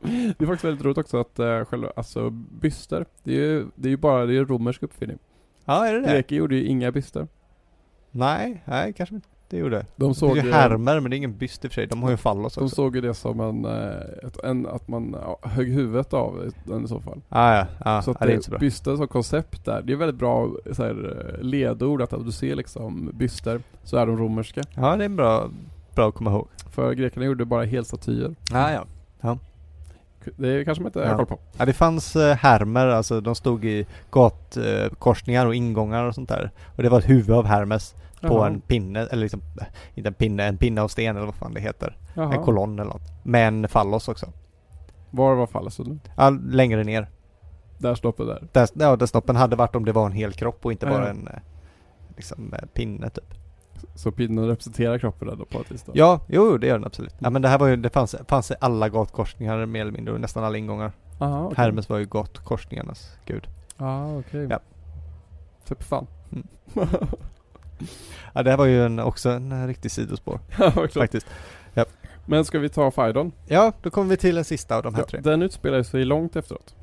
Speaker 2: det är faktiskt väldigt roligt också att eh, själva, alltså byster, det är ju, det är ju bara, det är ju romersk uppfinning.
Speaker 1: Ja, är det det?
Speaker 2: Greker gjorde ju inga byster.
Speaker 1: Nej, nej kanske inte gjorde.
Speaker 2: De
Speaker 1: Det
Speaker 2: såg,
Speaker 1: är
Speaker 2: ju,
Speaker 1: ju härmer men det är ingen byst i och för sig. De har ju fallos
Speaker 2: de
Speaker 1: också.
Speaker 2: såg ju det som en, eh, ett, en att man ja, högg huvudet av den i så fall.
Speaker 1: Ah, ja, ja.
Speaker 2: så
Speaker 1: ja
Speaker 2: att
Speaker 1: det är inte så bra.
Speaker 2: byster som koncept där, det är väldigt bra så här, ledord att om du ser liksom byster så är de romerska.
Speaker 1: Ja, det är bra, bra att komma ihåg.
Speaker 2: För grekerna gjorde bara helstatyer.
Speaker 1: Ah, ja.
Speaker 2: Det kanske man inte har
Speaker 1: Ja.
Speaker 2: koll på.
Speaker 1: ja, det fanns eh, härmer, alltså de stod i gatkorsningar och ingångar och sånt där. Och det var ett huvud av Hermes på
Speaker 2: Jaha.
Speaker 1: en pinne, eller liksom, eh, inte en pinne, en pinne av sten eller vad fan det heter.
Speaker 2: Jaha.
Speaker 1: En kolonn eller något. Men fallos också.
Speaker 2: Var var fallet så nu?
Speaker 1: Ja, längre ner.
Speaker 2: Där stoppade där.
Speaker 1: Där, ja, där snoppen hade varit om det var en hel kropp och inte
Speaker 2: Ja,
Speaker 1: bara
Speaker 2: ja.
Speaker 1: en eh, liksom, eh, pinne typ.
Speaker 2: Så pinnen representerar kroppen där då på ett vis då.
Speaker 1: Ja, jo, jo, det gör den absolut.
Speaker 2: Mm.
Speaker 1: Ja, men det här var ju, det fanns, fanns i alla gatkorsningar mer eller mindre och nästan alla ingångar.
Speaker 2: Aha, okej.
Speaker 1: Hermes var ju gatkorsningarnas gud.
Speaker 2: Ah, okej.
Speaker 1: Ja.
Speaker 2: Typ fan.
Speaker 1: Mm. Ja, det här var ju en, också en eh, riktig sidospår
Speaker 2: Ja, vad klart.
Speaker 1: faktiskt.
Speaker 2: Men ska vi ta Phaidon?
Speaker 1: Ja, då kommer vi till den sista av de här
Speaker 2: Ja,
Speaker 1: tre.
Speaker 2: den utspelar sig långt efteråt.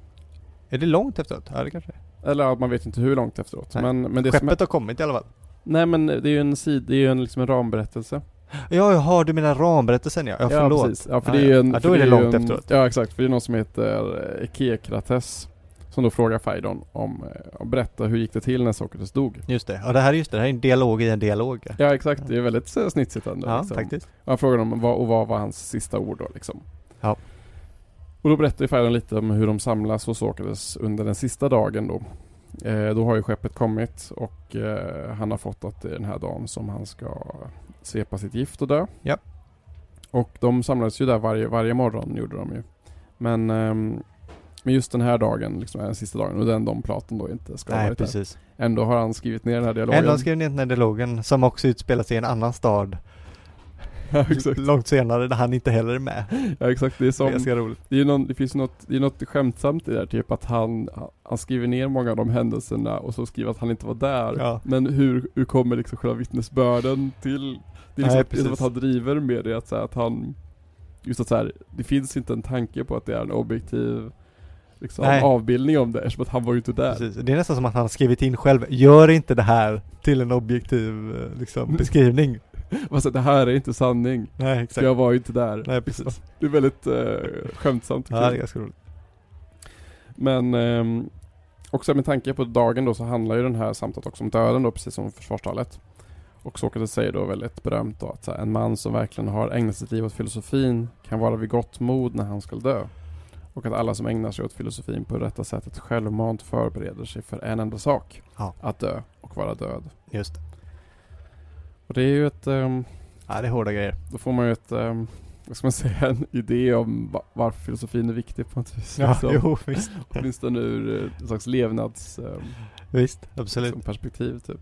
Speaker 1: Är det långt efteråt? Ja, det kanske är.
Speaker 2: Eller ja, man vet inte hur långt efteråt.
Speaker 1: Nej.
Speaker 2: Men, men det som är,
Speaker 1: Skeppet har kommit i alla fall.
Speaker 2: Nej men det är ju en, sid, det är ju en, liksom en ramberättelse.
Speaker 1: Ja, jaha, du menar ramberättelsen ja. Ja, förlåt.
Speaker 2: precis. Ja, för
Speaker 1: Ja,
Speaker 2: det är ju
Speaker 1: ja.
Speaker 2: en,
Speaker 1: Ja, då
Speaker 2: för
Speaker 1: är det
Speaker 2: ju
Speaker 1: långt
Speaker 2: en,
Speaker 1: efteråt.
Speaker 2: Ja, exakt. För det är någon som heter eh, Kekrates som då frågar Phaidon om, eh, om berätta hur gick det till när Sokrates dog.
Speaker 1: Just det. Ja, det här är just det. Det här är en dialog i en dialog. Ja,
Speaker 2: Ja, exakt. Det är väldigt eh, snitsigt ändå. liksom.
Speaker 1: faktiskt.
Speaker 2: Och Han frågade om vad, och vad var hans sista ord då liksom.
Speaker 1: Ja.
Speaker 2: Och då berättar ju Färjan lite om hur de samlas hos Sokrates under den sista dagen då. Eh, då har ju skeppet kommit och eh, han har fått att det är den här dagen som han ska svepa sitt gift och dö.
Speaker 1: Ja.
Speaker 2: Och de samlades ju där varje, varje morgon gjorde de ju. Men, ehm, men just den här dagen liksom är den sista dagen och den dagen Platon då inte ska ha
Speaker 1: Nej,
Speaker 2: varit där.
Speaker 1: precis.
Speaker 2: Ändå har han skrivit ner den här dialogen.
Speaker 1: Ändå skrev ni inte den här dialogen som också utspelar sig i en annan stad
Speaker 2: ja, exakt.
Speaker 1: långt senare där han inte heller är med.
Speaker 2: ja exakt, det är
Speaker 1: Det är
Speaker 2: som
Speaker 1: ganska roligt.
Speaker 2: Det, är ju någon, det finns ju något, det är något skämtsamt i det där, typ att han, han skriver ner många av de händelserna och så skriver att han inte var där.
Speaker 1: Ja.
Speaker 2: Men hur, hur kommer liksom själva vittnesbörden till? Det är liksom
Speaker 1: Nej,
Speaker 2: att, det är som
Speaker 1: precis.
Speaker 2: att han driver med det, att, så här, att han, just att så här, det finns inte en tanke på att det är en objektiv liksom,
Speaker 1: Nej.
Speaker 2: avbildning om det, eftersom att han var ju inte där.
Speaker 1: Precis. Det är nästan som att han har skrivit in själv, gör inte det här till en objektiv eh,
Speaker 2: Mm.
Speaker 1: liksom, beskrivning.
Speaker 2: Alltså, det här är inte sanning,
Speaker 1: Nej,
Speaker 2: för jag var ju inte där.
Speaker 1: Nej, precis.
Speaker 2: Det är väldigt eh, skämtsamt. tycker
Speaker 1: Ja, det
Speaker 2: jag.
Speaker 1: är ganska roligt.
Speaker 2: Men ehm, också med tanke på dagen då så handlar ju den här samtalet också om döden då, precis som försvarstalet. Och Sokrates säger då väldigt berömt då att så här, en man som verkligen har ägnat sitt liv åt filosofin kan vara vid gott mod när han ska dö. Och att alla som ägnar sig åt filosofin på det rätta sättet självmant förbereder sig för en enda sak.
Speaker 1: Ja.
Speaker 2: Att dö och vara död.
Speaker 1: Just det.
Speaker 2: Och det är ju ett, ehm,
Speaker 1: Ja, det är hårda grejer.
Speaker 2: då får man ju ett, ehm, vad ska man säga, en idé om va- varför filosofin är viktig på något vis. liksom.
Speaker 1: jo, visst.
Speaker 2: Åtminstone ur eh, en slags levnads... ehm,
Speaker 1: Visst, absolut.
Speaker 2: som perspektiv typ.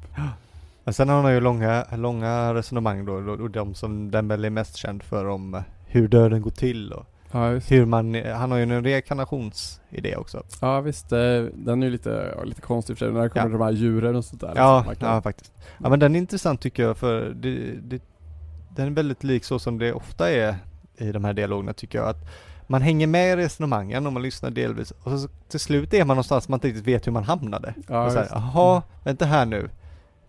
Speaker 1: Men sen har han ju långa, långa resonemang då, och och de som den väl är mest känd för om eh, hur döden går till och
Speaker 2: Ja, just.
Speaker 1: hur man, han har ju en reinkarnationsidé också.
Speaker 2: ja visst, eh, den är ju lite, ja, lite konstig i och för sig. När det kommer
Speaker 1: Ja.
Speaker 2: till de här djuren och sådär.
Speaker 1: Ja,
Speaker 2: man kan-
Speaker 1: ja, faktiskt. Ja, men den är intressant tycker jag för det, det, den är väldigt lik så som det ofta är i de här dialogerna tycker jag. Att man hänger med i resonemangen och man lyssnar delvis och så, till slut är man någonstans man inte riktigt vet hur man hamnade.
Speaker 2: Ja,
Speaker 1: och så här,
Speaker 2: visst.
Speaker 1: jaha, vänta här nu.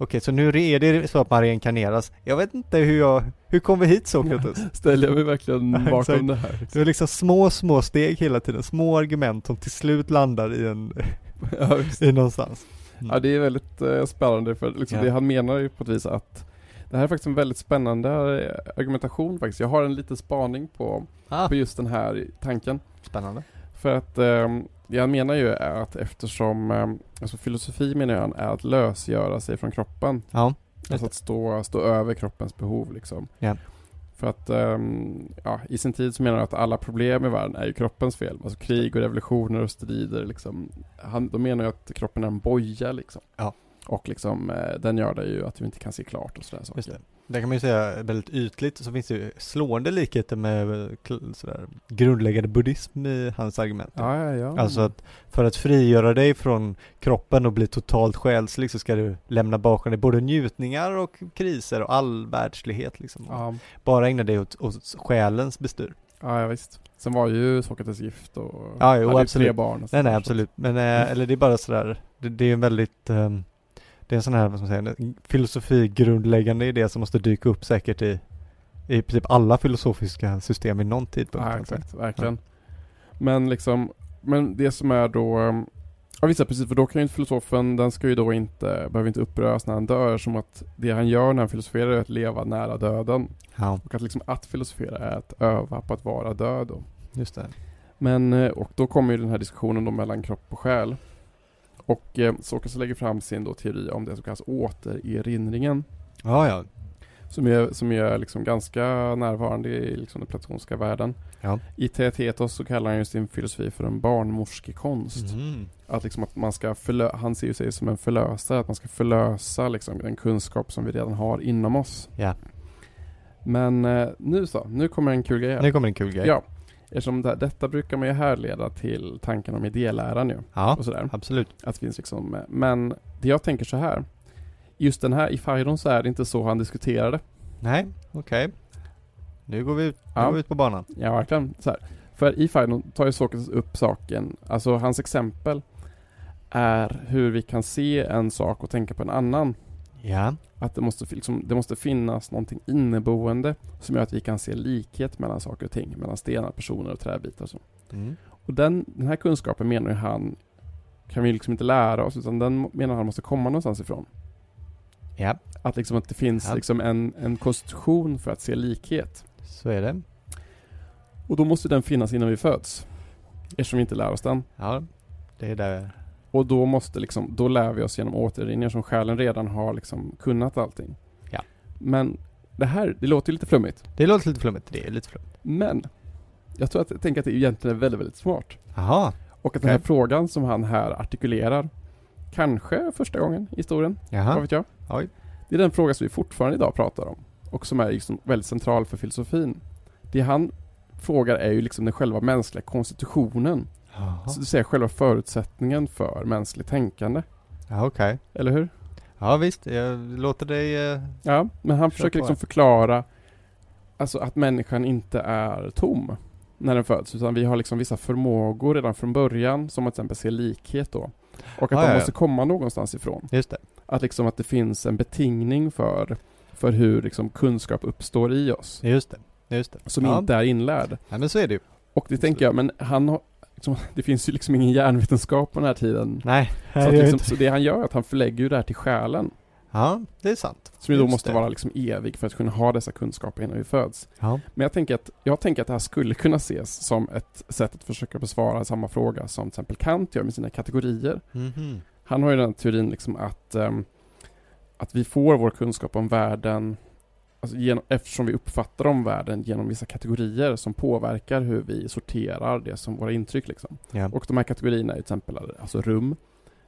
Speaker 1: Okej, så nu är det så att man reinkarneras. Jag vet inte hur jag, hur kom vi hit Sokrates?
Speaker 2: Ställer jag mig verkligen
Speaker 1: Ja,
Speaker 2: bakom
Speaker 1: exakt.
Speaker 2: det här?
Speaker 1: Det är liksom små, små steg hela tiden, små argument som till slut landar i en,
Speaker 2: ja, visst.
Speaker 1: i någonstans.
Speaker 2: ja, det är väldigt eh, spännande för liksom,
Speaker 1: Ja.
Speaker 2: det han menar ju på ett vis att det här är faktiskt en väldigt spännande eh, argumentation faktiskt. Jag har en liten spaning på,
Speaker 1: Ah,
Speaker 2: på just den här tanken.
Speaker 1: spännande.
Speaker 2: För att eh, det han menar ju är att eftersom, eh, alltså filosofi menar han är att lösgöra sig från kroppen.
Speaker 1: Ja,
Speaker 2: Alltså att stå, stå över kroppens behov liksom.
Speaker 1: Ja.
Speaker 2: För att ehm, ja, i sin tid så menar han att alla problem i världen är ju kroppens fel. Alltså krig och revolutioner och strider liksom. Han, de menar ju att kroppen är en boja liksom.
Speaker 1: Ja.
Speaker 2: Och liksom eh, den gör det ju att vi inte kan se klart och sådär saker.
Speaker 1: just det. Där kan man ju säga väldigt ytligt så finns det ju slående likheter med eh, kl- sådär, grundläggande buddhism i hans argument.
Speaker 2: Ja, ja, ja.
Speaker 1: Alltså att för att frigöra dig från kroppen och bli totalt själslig så ska du lämna bakom dig både njutningar och kriser och all världslighet liksom.
Speaker 2: Ja,
Speaker 1: Bara ägna dig åt, åt själens bestyr.
Speaker 2: ja, ja visst. Sen var ju Sokrates gift och
Speaker 1: Ja, jo,
Speaker 2: hade ju tre
Speaker 1: absolut.
Speaker 2: barn. Och
Speaker 1: Nej,
Speaker 2: sådär,
Speaker 1: nej
Speaker 2: så-
Speaker 1: absolut. Men eh, eller det är bara sådär, det, det är en väldigt ehm, Det är en sån här, vad ska man säga, en filosofigrundläggande idé som måste dyka upp säkert i, i princip alla filosofiska system vid någon tidpunkt.
Speaker 2: Ja,
Speaker 1: antar jag.
Speaker 2: exakt, verkligen. Men liksom, men det som är då... um, Ja visst, precis, för då kan ju inte filosofen, den ska ju då inte, behöver inte uppröras när han dör, som att det han gör när han filosoferar är att leva nära döden.
Speaker 1: Ja,
Speaker 2: Och att liksom att filosofera är att öva på att vara död. Då.
Speaker 1: just det.
Speaker 2: Men, eh, och då kommer ju den här diskussionen då mellan kropp och själ. Och eh, Sokrates lägger fram sin då teori om det som kallas återerinringen.
Speaker 1: Ja, ja.
Speaker 2: Som är, som ju är liksom ganska närvarande i liksom den platonska världen.
Speaker 1: Ja.
Speaker 2: I E Theatetos så kallar han ju sin filosofi för en barnmorskekonst.
Speaker 1: Mm.
Speaker 2: Att liksom att man ska förlö- han ser ju sig som en förlösare, att man ska förlösa liksom den kunskap som vi redan har inom oss.
Speaker 1: Ja.
Speaker 2: Men eh, nu så, nu kommer en kul grej här.
Speaker 1: Nu kommer en kul grej.
Speaker 2: Ja, eftersom det, detta brukar man ju härleda till tanken om idéläran ju.
Speaker 1: ja
Speaker 2: Och sådär.
Speaker 1: absolut.
Speaker 2: Att det finns liksom, eh, men det jag tänker så här. Just den här, i Fyron så är det inte så han diskuterade.
Speaker 1: Nej, okej. Nu går vi ut, nu
Speaker 2: Ja.
Speaker 1: går vi ut på banan.
Speaker 2: Ja, verkligen. Så här. För i Fyron tar ju Sokrates upp saken, alltså hans exempel är hur vi kan se en sak och tänka på en annan.
Speaker 1: Ja.
Speaker 2: Att det måste, fi- liksom, det måste finnas någonting inneboende som gör att vi kan se likhet mellan saker och ting, mellan stenar, personer och träbitar och så.
Speaker 1: Mm.
Speaker 2: Och den, den här kunskapen menar ju han kan vi liksom inte lära oss, utan den menar han måste komma någonstans ifrån.
Speaker 1: Ja,
Speaker 2: Att, liksom, att det finns
Speaker 1: Ja.
Speaker 2: liksom en, en konstitution för att se likhet.
Speaker 1: så är det.
Speaker 2: Och då måste den finnas innan vi föds, eftersom vi inte lär oss den.
Speaker 1: Ja, det är där.
Speaker 2: Och då måste liksom, då lär vi oss genom återrinningar som själen redan har liksom kunnat allting.
Speaker 1: Ja.
Speaker 2: Men det här, det låter ju lite flummigt.
Speaker 1: Det låter lite flummigt. Det är lite flummigt.
Speaker 2: Men jag tror att, jag tänker att det egentligen är väldigt, väldigt smart.
Speaker 1: Jaha.
Speaker 2: Och att den här
Speaker 1: Okej.
Speaker 2: frågan som han här artikulerar, kanske första gången i historien, vad
Speaker 1: Jaha.
Speaker 2: vet jag?
Speaker 1: Oj.
Speaker 2: Det är den fråga som vi fortfarande idag pratar om och som är liksom väldigt central för filosofin. Det han frågar är ju liksom den själva mänskliga konstitutionen,
Speaker 1: Jaha.
Speaker 2: så det säga själva förutsättningen för mänskligt tänkande.
Speaker 1: Ja, okej.
Speaker 2: Eller hur?
Speaker 1: Ja, visst. Jag låter dig... eh,
Speaker 2: Ja, men han
Speaker 1: Kör
Speaker 2: försöker
Speaker 1: på.
Speaker 2: liksom förklara alltså att människan inte är tom när den föds, utan vi har liksom vissa förmågor redan från början, som att till exempel se likhet då. Och att
Speaker 1: Ja,
Speaker 2: de
Speaker 1: ja,
Speaker 2: måste komma någonstans ifrån.
Speaker 1: Just det.
Speaker 2: Att liksom att det finns en betingning för, för hur liksom kunskap uppstår i oss,
Speaker 1: Just det. Just det.
Speaker 2: som
Speaker 1: ja.
Speaker 2: inte är inlärd.
Speaker 1: Nej, men så är det ju.
Speaker 2: Och det tänker jag, men han har, liksom, det finns ju liksom ingen hjärnvetenskap på den här tiden.
Speaker 1: Nej,
Speaker 2: Så, att liksom, så det han gör är att han förlägger ju det här till själen,
Speaker 1: Ja, det är sant.
Speaker 2: som ju då
Speaker 1: Just
Speaker 2: måste
Speaker 1: det.
Speaker 2: vara liksom evig för att kunna ha dessa kunskaper innan vi föds.
Speaker 1: Ja.
Speaker 2: Men jag tänker, att, jag tänker att det här skulle kunna ses som ett sätt att försöka besvara samma fråga som till exempel Kant gör med sina kategorier.
Speaker 1: Mhm.
Speaker 2: Han har ju den här teorin liksom att, ehm, att vi får vår kunskap om världen alltså genom, eftersom vi uppfattar om världen genom vissa kategorier som påverkar hur vi sorterar det som våra intryck. Liksom.
Speaker 1: Ja.
Speaker 2: Och de här kategorierna är till exempel alltså rum.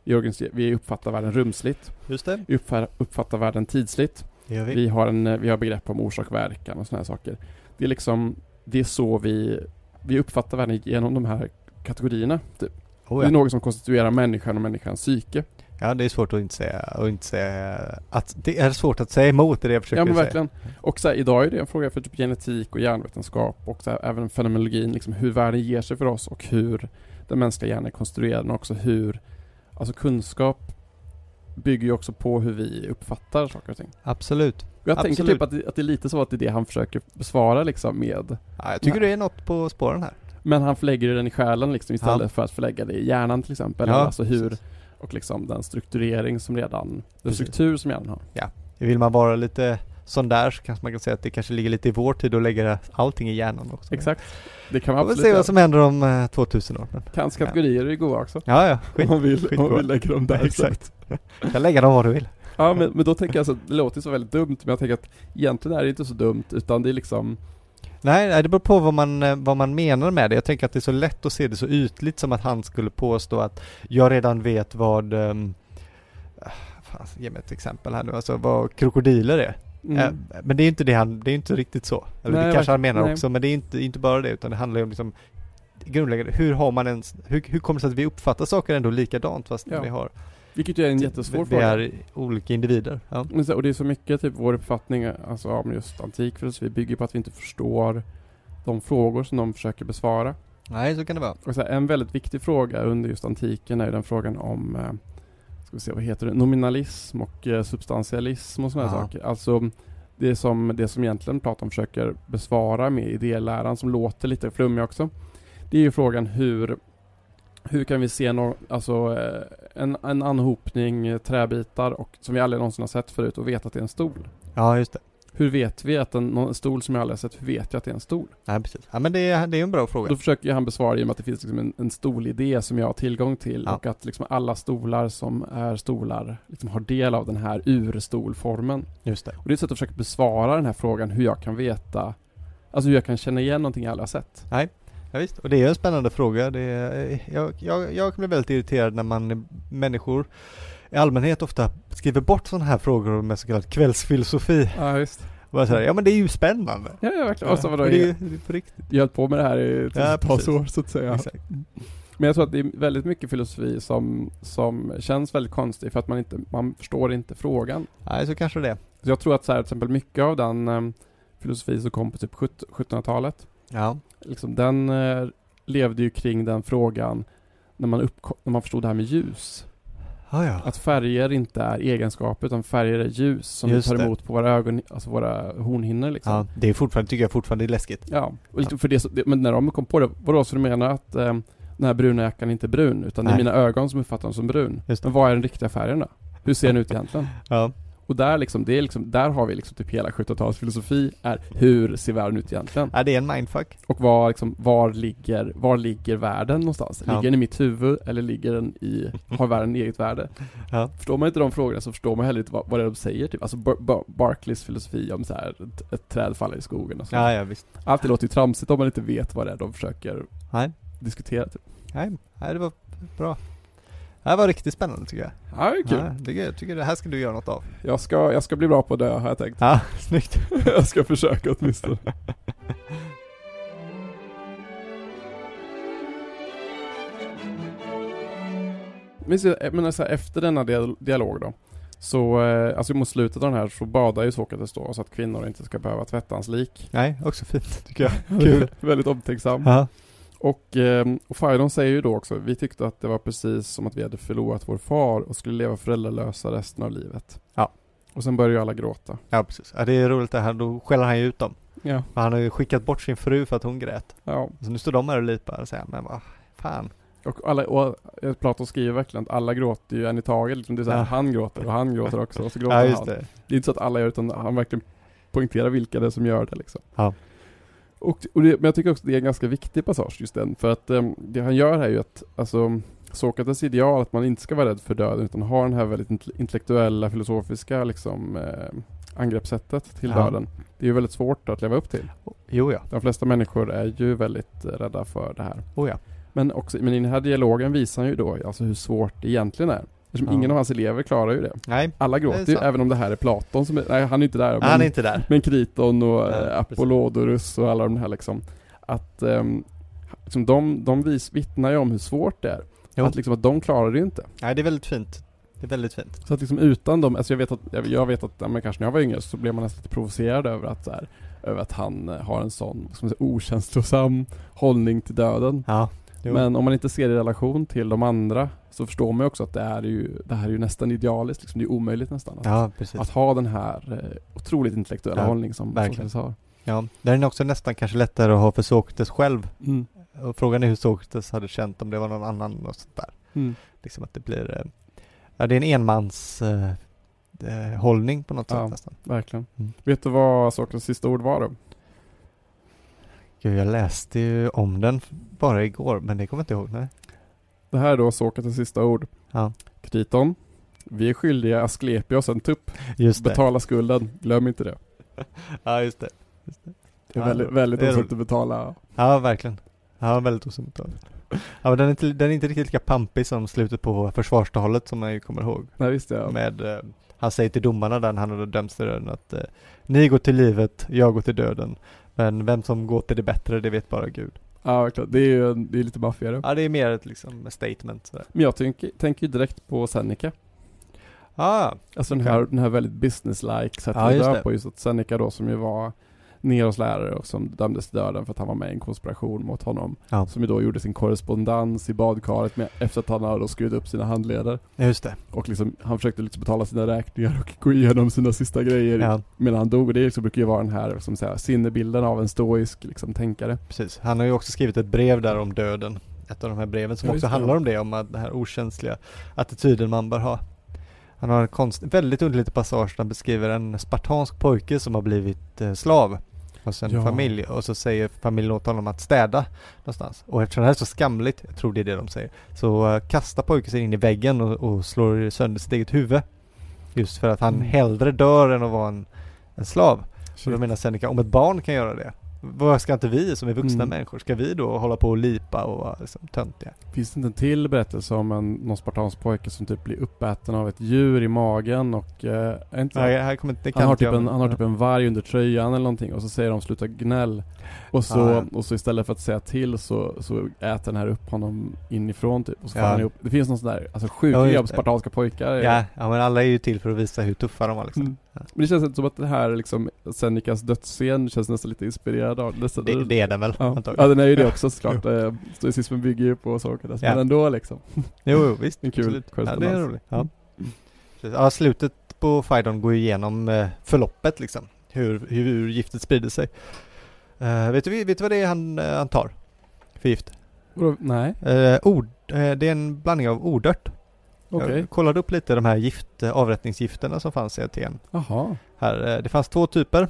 Speaker 2: Vi organiser- Vi uppfattar världen rumsligt,
Speaker 1: Just det.
Speaker 2: vi uppfa- uppfattar världen tidsligt,
Speaker 1: Det gör vi.
Speaker 2: vi har, en, eh, vi har begrepp om orsak verkan och sådana här saker. Det är liksom, det är så vi, vi uppfattar världen genom de här kategorierna. Typ.
Speaker 1: Oh,
Speaker 2: Det är
Speaker 1: ja.
Speaker 2: något som konstituerar människan och människans psyke.
Speaker 1: ja, det är svårt att inte säga... Att inte säga att det är svårt att säga emot det, är det jag försöker
Speaker 2: Ja men
Speaker 1: säga.
Speaker 2: verkligen. Och så här, idag är det en fråga för typ genetik och hjärnvetenskap och så här, även fenomenologin, liksom hur världen ger sig för oss och hur den mänskliga hjärnan är konstruerad men också hur, alltså kunskap bygger ju också på hur vi uppfattar saker och ting.
Speaker 1: Absolut.
Speaker 2: Och jag tänker
Speaker 1: Absolut.
Speaker 2: typ att det, att det är lite så att det är det han försöker besvara liksom med
Speaker 1: Ja, jag tycker
Speaker 2: Nej.
Speaker 1: det är något på spåren här.
Speaker 2: Men han förlägger den i själen liksom istället
Speaker 1: Ja.
Speaker 2: för att förlägga det i hjärnan till exempel.
Speaker 1: Ja,
Speaker 2: alltså hur,
Speaker 1: precis.
Speaker 2: och liksom den strukturering som redan, den
Speaker 1: Precis.
Speaker 2: struktur som hjärnan har.
Speaker 1: Vill man vara lite sån där så kanske man kan säga att det kanske ligger lite i vår tid att lägga allting i hjärnan också.
Speaker 2: Exakt. Det kan man
Speaker 1: Vi får
Speaker 2: absolut
Speaker 1: se
Speaker 2: göra.
Speaker 1: vad som händer om eh, 2000 år.
Speaker 2: Kans kategorier är goda också.
Speaker 1: Ja, ja.
Speaker 2: Om
Speaker 1: Skit.
Speaker 2: man vill, om man
Speaker 1: skitbra.
Speaker 2: vill lägga dem där.
Speaker 1: Exakt. Du kan lägga dem var du vill.
Speaker 2: Ja, men, men då tänker jag så att det låter ju så väldigt dumt, men jag tänker att egentligen är det inte så dumt, utan det är liksom,
Speaker 1: Nej, nej, det beror på vad man, eh, vad man menar med det. Jag tänker att det är så lätt att se det så ytligt som att han skulle påstå att jag redan vet vad ehm, ah, Fan, ge mig ett exempel här nu, alltså vad krokodiler är.
Speaker 2: mm,
Speaker 1: Eh, Men det är ju inte det han, det är ju inte riktigt så. Eller
Speaker 2: Nej,
Speaker 1: det kanske han
Speaker 2: verkligen.
Speaker 1: menar
Speaker 2: Nej.
Speaker 1: också, men det är inte, inte bara det, utan det handlar ju om liksom grundläggande, hur har man ens, hur, hur kommer det sig att vi uppfattar saker ändå likadant fast
Speaker 2: Ja.
Speaker 1: vi har,
Speaker 2: vilket ju är en jättesvår
Speaker 1: vi, vi
Speaker 2: fråga.
Speaker 1: är olika individer. Ja.
Speaker 2: Men så- Och det är så mycket typ vår uppfattning alltså, om just antik filosofi bygger på att vi inte förstår de frågor som de försöker besvara.
Speaker 1: Nej, så kan det vara.
Speaker 2: Och så här, en väldigt viktig fråga under just antiken är ju den frågan om eh, ska vi se, vad heter det, nominalism och eh, substantialism och sådana
Speaker 1: Ja.
Speaker 2: saker. Alltså det som, det som egentligen Platon försöker besvara med idéläran som låter lite flummig också. Det är ju frågan hur, hur kan vi se no, alltså, eh, en, en anhopning eh, träbitar och, som vi aldrig någonsin har sett förut och vet att det är en stol.
Speaker 1: Ja, just det.
Speaker 2: Hur vet vi att en, någon stol som jag aldrig har sett, hur vet jag att det är en stol?
Speaker 1: Ja, precis. Ja, men det är, det är en bra fråga.
Speaker 2: Då försöker ju han besvara genom att det finns liksom en, en stolidé som jag har tillgång till
Speaker 1: Ja.
Speaker 2: och att liksom alla stolar som är stolar liksom har del av den här urstolformen.
Speaker 1: Just det.
Speaker 2: Och det är ett sätt att försöka besvara den här frågan hur jag kan veta, alltså hur jag kan känna igen någonting jag aldrig har sett.
Speaker 1: Ja, visst. Och det är en spännande fråga. Det är, eh, jag, jag, jag kan bli väldigt irriterad när man människor i allmänhet ofta skriver bort sådana här frågor med så kallad kvällsfilosofi.
Speaker 2: Ja, visst.
Speaker 1: Bara så här, ja men det är ju spännande.
Speaker 2: Ja, ja verkligen. Alltså, vadå,
Speaker 1: Och det är
Speaker 2: jag
Speaker 1: ju det är på riktigt.
Speaker 2: jag har hållit på med det här i
Speaker 1: Ja,
Speaker 2: tusentals
Speaker 1: precis.
Speaker 2: år så att säga.
Speaker 1: Exakt.
Speaker 2: Men jag tror att det är väldigt mycket filosofi som, som känns väldigt konstig för att man inte, man förstår inte frågan.
Speaker 1: Nej, så kanske det är.
Speaker 2: Så jag tror att så här, till exempel mycket av den eh, filosofi som kom på typ 17- 1700-talet
Speaker 1: Ja,
Speaker 2: liksom, den eh, levde ju kring den frågan när man, uppko- när man förstod det här med ljus.
Speaker 1: ja. ja.
Speaker 2: Att färger inte är egenskaper utan färger är ljus som
Speaker 1: Just
Speaker 2: vi
Speaker 1: det.
Speaker 2: tar emot på våra ögon, alltså våra hornhinnor liksom. Ja.
Speaker 1: ja det är fortfarande, tycker jag fortfarande är läskigt.
Speaker 2: Och liksom för det, så- det, men när de kom på det, vadå så du menar att eh, den här bruna jackan är inte brun utan det är
Speaker 1: Nej.
Speaker 2: mina ögon som uppfattar den som brun.
Speaker 1: Just det.
Speaker 2: Men vad är den riktiga färgen då? Hur ser den ut egentligen?
Speaker 1: Ja,
Speaker 2: Och där liksom, det är liksom, där har vi liksom typ hela 1700-talets filosofi är hur ser världen ut egentligen?
Speaker 1: ja det är en mindfuck.
Speaker 2: Och var, liksom, var, ligger, var ligger världen någonstans?
Speaker 1: Ja.
Speaker 2: Ligger den i mitt huvud eller ligger den i, har världen eget värde?
Speaker 1: Ja.
Speaker 2: Förstår man inte de frågorna så förstår man heller inte vad, vad det är de säger typ. Alltså Bar- Bar- Barclays filosofi om så här, ett, ett träd faller i skogen och så.
Speaker 1: Ja, ja visst.
Speaker 2: Allt det låter ju tramsigt om man inte vet vad det är de försöker
Speaker 1: Nej.
Speaker 2: diskutera typ.
Speaker 1: Nej, nej, det var bra. Det här var riktigt spännande tycker jag.
Speaker 2: Ja, det är kul.
Speaker 1: Ja, det, jag tycker det här ska du göra något av.
Speaker 2: Jag, ska, jag ska bli bra på det har jag tänkt.
Speaker 1: Ja, snyggt.
Speaker 2: jag ska försöka åtminstone. Men så- men alltså, efter denna dia- dialog då, så eh, alltså mot slutet av den här så badar ju Sokrates då så att kvinnor inte ska behöva tvätta hans lik.
Speaker 1: Nej, också fint tycker jag. Kul.
Speaker 2: Väldigt omtänksam.
Speaker 1: Ja,
Speaker 2: Och, eh, och Fajdon säger ju då också, vi tyckte att det var precis som att vi hade förlorat vår far och skulle leva föräldralösa resten av livet.
Speaker 1: Ja.
Speaker 2: Och sen börjar ju alla gråta.
Speaker 1: ja precis. Ja, det är roligt det här, då skäller han ju ut dem.
Speaker 2: Ja.
Speaker 1: För han har ju skickat bort sin fru för att hon grät.
Speaker 2: ja.
Speaker 1: Så nu står de här och lipar och säger, men vad fan.
Speaker 2: Och, alla, och Platon skriver verkligen att alla gråter ju en i taget. Liksom det är så här,
Speaker 1: Ja.
Speaker 2: Han gråter och han gråter också och så gråter
Speaker 1: Ja, just
Speaker 2: han.
Speaker 1: det.
Speaker 2: Det är inte så att alla gör utan han verkligen poängterar vilka det är som gör det liksom.
Speaker 1: Ja.
Speaker 2: Och, och det, men jag tycker också det är en ganska viktig passage just den. För att ehm, det han gör här är ju att alltså, Sokrates ideal att man inte ska vara rädd för döden utan ha den här väldigt intell- intellektuella, filosofiska liksom, eh, angreppssättet till
Speaker 1: Ja.
Speaker 2: döden. Det är ju väldigt svårt att leva upp till.
Speaker 1: Jo ja,
Speaker 2: De flesta människor är ju väldigt eh, rädda för det här.
Speaker 1: oh ja.
Speaker 2: Men, också, men i den här dialogen visar han ju då alltså hur svårt det egentligen är. Eftersom
Speaker 1: Ja.
Speaker 2: ingen av hans elever klarar ju det.
Speaker 1: Nej,
Speaker 2: Alla
Speaker 1: Det är
Speaker 2: gråter ju,
Speaker 1: sant.
Speaker 2: även om det här är Platon som är, nej han är inte där.
Speaker 1: han är
Speaker 2: men,
Speaker 1: inte där.
Speaker 2: men Kriton och
Speaker 1: Ja,
Speaker 2: eh,
Speaker 1: precis.
Speaker 2: Apollodorus och alla de här liksom. Att ehm, liksom de, de vis, vittnar ju om hur svårt det är.
Speaker 1: Jo.
Speaker 2: Att, liksom, att de klarar det ju inte.
Speaker 1: Nej, det är väldigt fint. Det är väldigt fint.
Speaker 2: Så att liksom utan dem, alltså jag vet att, jag, jag vet att ja, men kanske när jag var yngre så blev man nästan lite provocerad över att så här, över att han eh, har en sån, vad ska man säga, okänslosam hållning till döden.
Speaker 1: Ja. Jo.
Speaker 2: Men om man inte ser det i relation till de andra så förstår man ju också att det, är ju, det här är ju nästan idealiskt. Liksom. Det är omöjligt nästan att,
Speaker 1: Ja, precis.
Speaker 2: att ha den här eh, otroligt intellektuella
Speaker 1: Ja,
Speaker 2: hållning som
Speaker 1: verkligen.
Speaker 2: Sokrates har.
Speaker 1: Ja, den är också nästan kanske lättare att ha för Sokrates själv.
Speaker 2: Mm.
Speaker 1: Och frågan är hur Sokrates hade känt om det var någon annan och sånt där.
Speaker 2: Mm.
Speaker 1: Liksom att det blir, eh, ja det är en enmans eh, eh, hållning på något
Speaker 2: Ja.
Speaker 1: sätt nästan.
Speaker 2: Verkligen.
Speaker 1: Mm.
Speaker 2: Vet du vad Sokrates sista ord var då?
Speaker 1: Gud, jag läste ju om den f- bara igår, men det kommer jag inte ihåg. Nej.
Speaker 2: Det här är då Sokrates sista ord.
Speaker 1: Ja,
Speaker 2: Kriton, vi är skyldiga Asklepios en tupp.
Speaker 1: just det.
Speaker 2: Betala skulden, glöm inte det.
Speaker 1: Ja, just det. Just det.
Speaker 2: Det är
Speaker 1: Ja,
Speaker 2: väldigt, väldigt
Speaker 1: det är
Speaker 2: osunt att betala.
Speaker 1: Ja, verkligen. Ja, väldigt osynligt. Ja, men den är, inte, den är inte riktigt lika pampig som slutet på försvarstalet som jag ju kommer ihåg.
Speaker 2: Nej visst ja.
Speaker 1: Med, eh, han säger till domarna där han hade dömts till döden att eh, ni går till livet, jag går till döden. Men vem som går till det bättre, det vet bara Gud.
Speaker 2: Ja verkligen. Det är ju en, det är lite maffigare.
Speaker 1: Ja, det är mer ett liksom statement sådär.
Speaker 2: Men jag tänker, tänker ju direkt på Seneca.
Speaker 1: Ah,
Speaker 2: Alltså den
Speaker 1: Okej.
Speaker 2: Alltså här, den här väldigt businesslike sättet
Speaker 1: Ja,
Speaker 2: att
Speaker 1: just
Speaker 2: dö
Speaker 1: det.
Speaker 2: på. Just att Seneca då som ju var Neros lärare och som dömdes till döden för att han var med i en konspiration mot honom.
Speaker 1: Ja.
Speaker 2: Som ju då gjorde sin korrespondens i badkaret med, efter att han hade då skurit upp sina handleder.
Speaker 1: Ja, Just det.
Speaker 2: Och liksom, han försökte liksom betala sina räkningar och gå igenom sina sista grejer
Speaker 1: Ja,
Speaker 2: medan han dog. Och det liksom brukar ju vara den här liksom, så här, sinnebilden av en stoisk liksom, tänkare.
Speaker 1: precis. Han har ju också skrivit ett brev där om döden. Ett av de här breven som
Speaker 2: Ja, just
Speaker 1: också
Speaker 2: det.
Speaker 1: handlar om det, om att den här okänsliga attityden man bör ha. Han har en konst, väldigt underlig passage där han beskriver en spartansk pojke som har blivit eh, slav hos en
Speaker 2: Ja.
Speaker 1: familj och så säger familjen åt honom att städa någonstans. Och eftersom det här är så skamligt, jag tror det är det de säger, så eh, kastar pojken sig in i väggen och, och slår sönder sitt eget huvud. Just för att han
Speaker 2: Mm.
Speaker 1: hellre dör än att vara en, en slav. Så då
Speaker 2: Shit.
Speaker 1: menar Seneca, om ett barn kan göra det, vad ska inte vi som är vuxna
Speaker 2: Mm.
Speaker 1: människor, ska vi då hålla på och lipa och vara liksom töntiga?
Speaker 2: Finns det inte en till berättelse om en, någon spartansk pojke som typ blir uppäten av ett djur i magen och... Eh, är inte
Speaker 1: Nej, här kommer inte, det kan
Speaker 2: han, har
Speaker 1: inte
Speaker 2: typ
Speaker 1: jag-
Speaker 2: en, han har typ en varg under tröjan eller någonting och så säger de sluta gnäll. Och så,
Speaker 1: Ah,
Speaker 2: och så istället för att säga till så, så äter den här upp honom inifrån typ. Och så
Speaker 1: Ja.
Speaker 2: faller han ihop. Det finns någon sån där, alltså sjuk
Speaker 1: Ja, just
Speaker 2: grej
Speaker 1: det.
Speaker 2: om spartanska pojkar.
Speaker 1: ja, ja, men alla är ju till för att visa hur tuffa de var liksom.
Speaker 2: Mm. Men det känns inte som att det här liksom Senecas dödsscen känns nästan lite inspirerad av nästan.
Speaker 1: Det, det är den väl,
Speaker 2: ja. ja,
Speaker 1: antagligen.
Speaker 2: den är ju det också såklart. Eh, Stoicismen bygger ju på saker där.
Speaker 1: Ja.
Speaker 2: Men ändå liksom.
Speaker 1: Jo, jo, visst.
Speaker 2: Det är kul
Speaker 1: absolut. Ja, det är
Speaker 2: korrespondens.
Speaker 1: roligt. Ja.
Speaker 2: Mm.
Speaker 1: Precis. ja, slutet på Fidon går ju igenom eh, förloppet liksom. Hur, hur giftet sprider sig. Eh, vet, du, vet du vad det är han, eh, han tar? För gift?
Speaker 2: Vadå? Nej,
Speaker 1: Eh, ord, eh, det är en blandning av ordört
Speaker 2: okej.
Speaker 1: Jag kollade upp lite de här gift, avrättningsgifterna som fanns i Aten.
Speaker 2: Jaha.
Speaker 1: Här, eh, det fanns två typer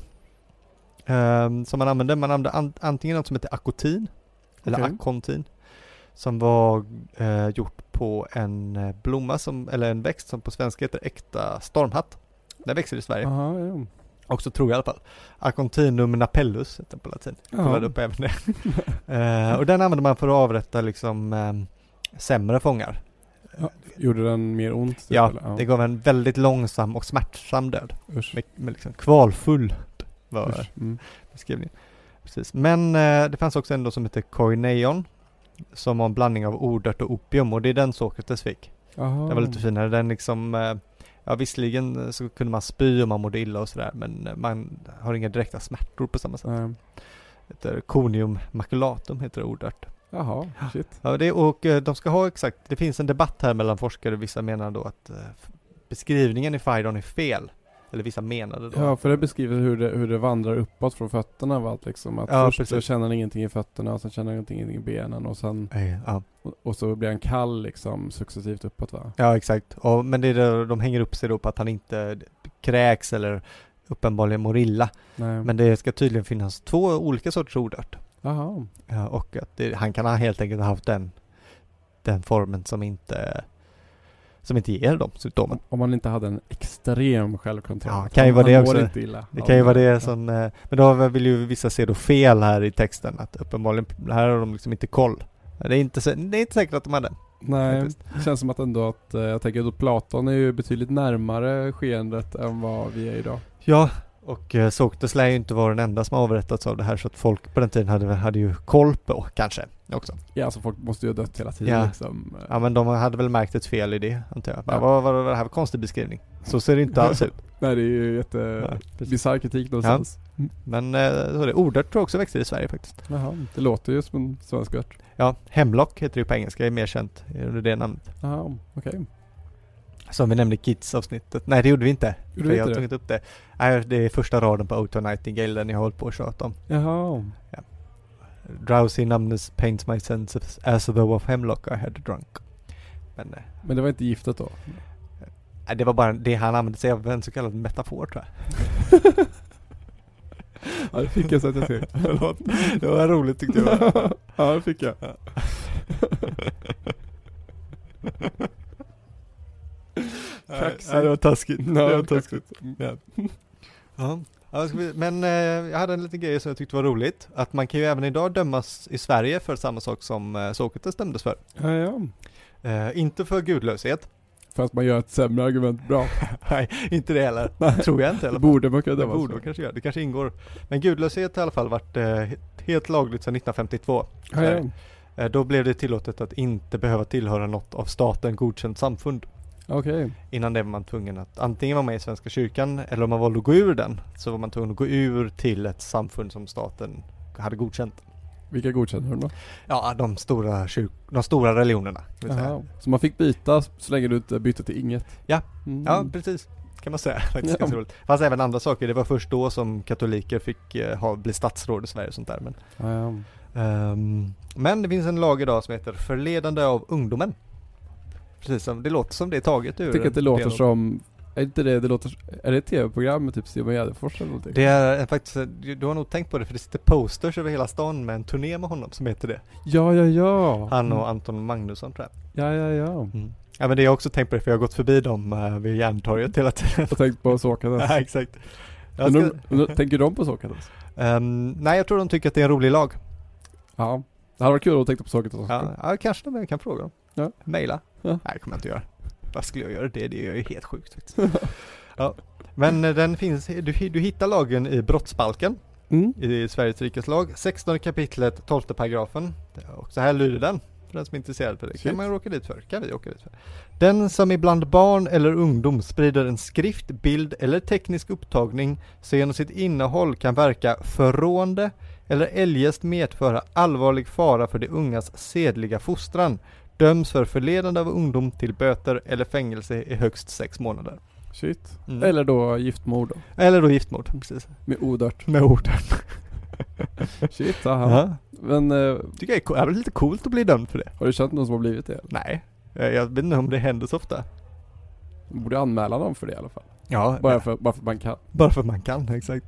Speaker 1: ehm, som man använde. Man använde an, antingen något som hette akotin, eller
Speaker 2: Okej.
Speaker 1: akontin, som var eh, gjort på en eh, blomma, som, eller en växt som på svenska heter äkta stormhatt. Den växer i Sverige,
Speaker 2: Aha, ja.
Speaker 1: också tror jag i alla fall. Acontinum napellus heter den på latin. Jag kollade upp även det. Eh, och den använde man för att avrätta liksom ehm, sämre fångar.
Speaker 2: Gjorde den mer ont? typ,
Speaker 1: Ja,
Speaker 2: eller?
Speaker 1: det gav en väldigt långsam och smärtsam död.
Speaker 2: Usch.
Speaker 1: Med, med liksom kvalfull var
Speaker 2: Usch. Mm.
Speaker 1: beskrivningen. Precis. Men eh, det fanns också en då som hette Koineion. Som var en blandning av ordört och opium och det är den Sokrates fick.
Speaker 2: Aha.
Speaker 1: Den var lite finare. Den liksom, eh, ja visserligen eh, så kunde man spy om man mådde illa och sådär men eh, man har inga direkta smärtor på samma sätt.
Speaker 2: Nej.
Speaker 1: Det heter Conium maculatum heter det ordört.
Speaker 2: Jaha, shit.
Speaker 1: Ja, det, och eh, de ska ha exakt, det finns en debatt här mellan forskare, vissa menar då att eh, f- beskrivningen i Fidon är fel. Eller vissa menade då.
Speaker 2: Ja, för det beskriver hur det, hur det vandrar uppåt från fötterna av allt liksom. Att
Speaker 1: Ja,
Speaker 2: först så
Speaker 1: precis.
Speaker 2: känner han ingenting i fötterna och sen känner han ingenting i benen och sen
Speaker 1: Eh, ja.
Speaker 2: och, och så blir han kall liksom successivt uppåt va?
Speaker 1: ja, exakt. Och, men det är då, de hänger upp sig då på att han inte kräks eller uppenbarligen mår illa.
Speaker 2: Nej.
Speaker 1: Men det ska tydligen finnas två olika sorters ordört.
Speaker 2: Jaha.
Speaker 1: Ja, och att det, han kan ha helt enkelt haft den, den formen som inte, som inte ger de symptomen.
Speaker 2: Om man inte hade en extrem självkontroll.
Speaker 1: Ja, kan ju vara det
Speaker 2: han
Speaker 1: också.
Speaker 2: Mår inte illa.
Speaker 1: Det
Speaker 2: av
Speaker 1: kan ju vara
Speaker 2: Ja.
Speaker 1: det som, eh, men då vill ju vissa se då fel här i texten att uppenbarligen, här har de liksom inte koll. Det är inte, sä- det är inte säkert att de hade.
Speaker 2: Nej,
Speaker 1: Faktiskt.
Speaker 2: det känns som att ändå att, eh, jag tänker att Platon är ju betydligt närmare skeendet än vad vi är idag.
Speaker 1: Ja, och eh, Sokrates lär ju inte vara den enda som har avrättats av det här så att folk på den tiden hade, hade ju koll på kanske också.
Speaker 2: Ja, alltså folk måste ju ha dött hela tiden
Speaker 1: Ja.
Speaker 2: liksom.
Speaker 1: Ja men de hade väl märkt ett fel i det antar jag. Bara,
Speaker 2: Ja.
Speaker 1: Vad vad- vad var det här för konstig beskrivning? Så ser det inte alls ut.
Speaker 2: Nej, det är ju jätte...
Speaker 1: Ja, precis.
Speaker 2: Bisarr kritik någonstans.
Speaker 1: men eh, så är det, ordört tror jag också växer i Sverige faktiskt.
Speaker 2: Jaha, det låter ju som en svensk ört.
Speaker 1: Ja, hemlock heter det ju på engelska, är mer känt under det namnet.
Speaker 2: Jaha, okej.
Speaker 1: Som vi nämnde i Kids-avsnittet. Nej det gjorde vi inte.
Speaker 2: Gjorde
Speaker 1: för
Speaker 2: vi
Speaker 1: jag har
Speaker 2: inte det?
Speaker 1: tagit upp det. Nej, det är första raden på Oto Nightingale, den jag har hållit på och tjatat om.
Speaker 2: Jaha.
Speaker 1: Drowsy numbness paints my senses as though of hemlock I had drunk. Men eh,
Speaker 2: Men det var inte giftet då?
Speaker 1: nej, Äh, det var bara det han använde sig av, en så kallad metafor tror jag.
Speaker 2: Ja, det fick jag så att jag ser. Förlåt.
Speaker 1: Det var roligt tyckte jag.
Speaker 2: ja, det fick jag. Kaxigt.
Speaker 1: Ja, det var taskigt.
Speaker 2: Ja,
Speaker 1: det var
Speaker 2: kaxigt.
Speaker 1: taskigt. Ja. Ja. Ja, ska vi- men eh, jag hade en liten grej som jag tyckte var roligt. Att man kan ju även idag dömas i Sverige för samma sak som eh, Sokrates dömdes för.
Speaker 2: Ja, ja.
Speaker 1: Eh, inte för gudlöshet.
Speaker 2: Fast man gör ett sämre argument bra.
Speaker 1: Nej, inte det heller.
Speaker 2: Nej.
Speaker 1: Tror jag inte heller.
Speaker 2: Det borde man kunna
Speaker 1: Det
Speaker 2: dömas
Speaker 1: borde
Speaker 2: för.
Speaker 1: man kanske göra, det kanske ingår. Men gudlöshet har i alla fall varit eh, he- helt lagligt sedan 1952.
Speaker 2: Ja, ja.
Speaker 1: Eh, då blev det tillåtet att inte behöva tillhöra något av staten godkänt samfund.
Speaker 3: Okej.
Speaker 1: Innan det var man tvungen att antingen vara med i Svenska kyrkan eller om man valde att gå ur den så var man tvungen att gå ur till ett samfund som staten hade godkänt.
Speaker 2: Vilka godkänner de då?
Speaker 1: Ja, de stora, kyrk- de stora religionerna. vill säga.
Speaker 3: Jaha.
Speaker 2: Så man fick byta så länge du inte bytte till inget?
Speaker 1: Ja.
Speaker 2: Mm.
Speaker 1: Ja, precis. Kan man säga. Faktiskt
Speaker 2: Ja.
Speaker 1: ganska roligt. Fast även andra saker. Det var först då som katoliker fick eh, ha, bli statsråd i Sverige och sånt där. Men,
Speaker 2: Ja, ja.
Speaker 1: ehm, men det finns en lag idag som heter Förledande av ungdomen. Precis som, det låter som det är taget ur.
Speaker 2: Jag tycker att det
Speaker 1: en
Speaker 2: låter
Speaker 1: del av-
Speaker 2: som, är inte det, det låter, är det ett tv-program med typ Simon Gärdenfors eller någonting?
Speaker 1: Det är eh, faktiskt, du du har nog tänkt på det för det sitter posters över hela stan med en turné med honom som heter det.
Speaker 2: Ja, ja, ja. Mm.
Speaker 1: Han och Anton Magnusson tror jag.
Speaker 2: Ja, ja, ja.
Speaker 1: Ja men det har jag också tänkt på det för jag har gått förbi dem eh, vid Järntorget hela tiden.
Speaker 2: Jag tänkte på Såkanes.
Speaker 1: ja, exakt. Jag ska,
Speaker 2: Undrar- undrar- Tänker de på Såkanes?
Speaker 1: Ehm, nej jag tror de tycker att det är en rolig lag.
Speaker 2: Ja. Det hade varit kul om de tänkte på Såkanes också.
Speaker 1: Ja, ja kanske de jag kan fråga dem.
Speaker 2: Ja.
Speaker 1: Mejla.
Speaker 2: Ja.
Speaker 1: Nej, det kommer jag inte göra. Vad skulle jag göra det? Det är ju helt sjukt faktiskt. ja. Men eh, den finns, du, du hittar lagen i brottsbalken,
Speaker 2: Mm.
Speaker 1: i Sveriges rikes lag, 16 kapitlet, 12 paragrafen. Och så här lyder den, för den som är intresserad för det.
Speaker 2: Shit.
Speaker 1: Kan man råka dit för? Kan vi åka dit för? Den som ibland barn eller ungdom sprider en skrift, bild eller teknisk upptagning som genom sitt innehåll kan verka förråande eller eljest medföra allvarlig fara för de ungas sedliga fostran döms för förledande av ungdom till böter eller fängelse i högst sex månader.
Speaker 2: Shit.
Speaker 1: Mm.
Speaker 2: Eller då giftmord då.
Speaker 1: eller då giftmord, precis.
Speaker 2: Med odört.
Speaker 1: Med orden.
Speaker 2: Shit, aha.
Speaker 1: Ja.
Speaker 2: Men eh,
Speaker 1: Tycker jag är, co- det är väl lite coolt att bli dömd för det.
Speaker 2: har du känt någon som har blivit det?
Speaker 1: Nej, jag jag vet inte om det händer så ofta.
Speaker 2: Borde anmäla dem för det i alla fall.
Speaker 1: Ja,
Speaker 2: Bara för, bara för att man kan.
Speaker 1: bara för att man kan, exakt.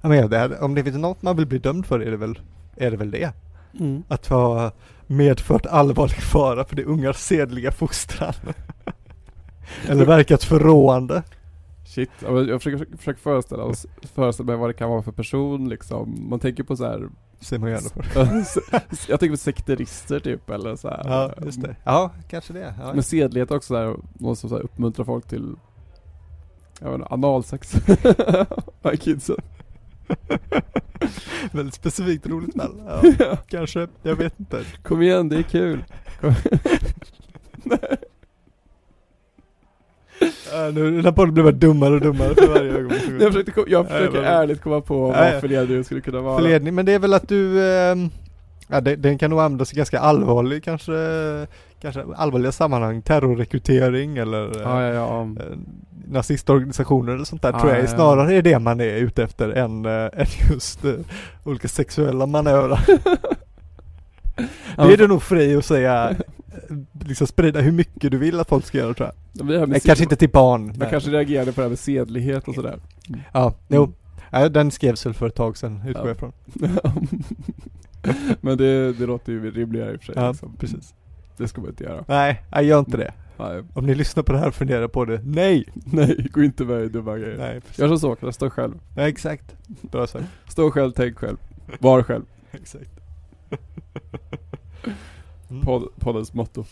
Speaker 1: Ja, men ja, det här, om det finns något man vill bli dömd för är det väl, är det, väl det. Att ha medfört allvarlig fara för de ungas sedliga fostran. Eller verkat förråande.
Speaker 2: Shit, ja, men jag försöker, försöker föreställa, oss, föreställa mig vad det kan vara för person liksom. Man tänker på så här.
Speaker 1: Simon Gärdenfors.
Speaker 2: jag tänker på sekterister typ eller så här.
Speaker 1: Ja, just det. Ja, kanske det. Ja.
Speaker 2: Men sedlighet är också där, någon som så här uppmuntrar folk till jag vet inte, analsex. Bland kidsen.
Speaker 1: Väldigt specifikt roligt fall. Ja, kanske. Jag vet inte.
Speaker 2: Kom igen, det är kul.
Speaker 1: Ja, nu, den här podden blir bara dummare och dummare för varje ögonblick.
Speaker 2: Jag, försökte, ko- jag
Speaker 1: Nej,
Speaker 2: försöker
Speaker 1: vad-
Speaker 2: ärligt komma på
Speaker 1: Nej.
Speaker 2: vad förledningen skulle kunna vara.
Speaker 1: Förledning, men det är väl att du, ehm, ja, det, den kan nog användas i ganska allvarlig, kanske, kanske allvarliga sammanhang, terrorrekrytering eller eh,
Speaker 2: Ja, ja, ja.
Speaker 1: eh, nazistorganisationer eller sånt där
Speaker 2: Ja,
Speaker 1: tror jag
Speaker 2: ja,
Speaker 1: är
Speaker 2: ja.
Speaker 1: snarare är det man är ute efter än, eh, än just eh, olika sexuella manövrar.
Speaker 2: Ja,
Speaker 1: det är
Speaker 2: men-
Speaker 1: du nog fri att säga, eh, liksom sprida hur mycket du vill att folk ska göra tror jag.
Speaker 2: Ja, men det här med
Speaker 1: Nej,
Speaker 2: sed-
Speaker 1: kanske inte till barn.
Speaker 2: Jag
Speaker 1: men-
Speaker 2: kanske reagerade på det här med sedlighet och sådär.
Speaker 1: Ja, jo. Ja, den skrevs väl för ett tag sedan, utgår
Speaker 2: Ja.
Speaker 1: jag ifrån.
Speaker 2: Men det, det låter ju rimligare i och för sig.
Speaker 1: Ja,
Speaker 2: liksom.
Speaker 1: precis.
Speaker 2: Det ska man inte göra.
Speaker 1: Nej, jag gör inte det.
Speaker 2: Nej,
Speaker 1: Om ni lyssnar på det här och funderar på det, nej!
Speaker 2: nej gå inte med i dumma grejer.
Speaker 1: Nej, precis.
Speaker 2: Gör som så, kan jag stå själv.
Speaker 1: Ja, exakt. Bra sagt.
Speaker 2: Stå själv, tänk själv. Var själv.
Speaker 1: exakt.
Speaker 2: Pod, poddens motto.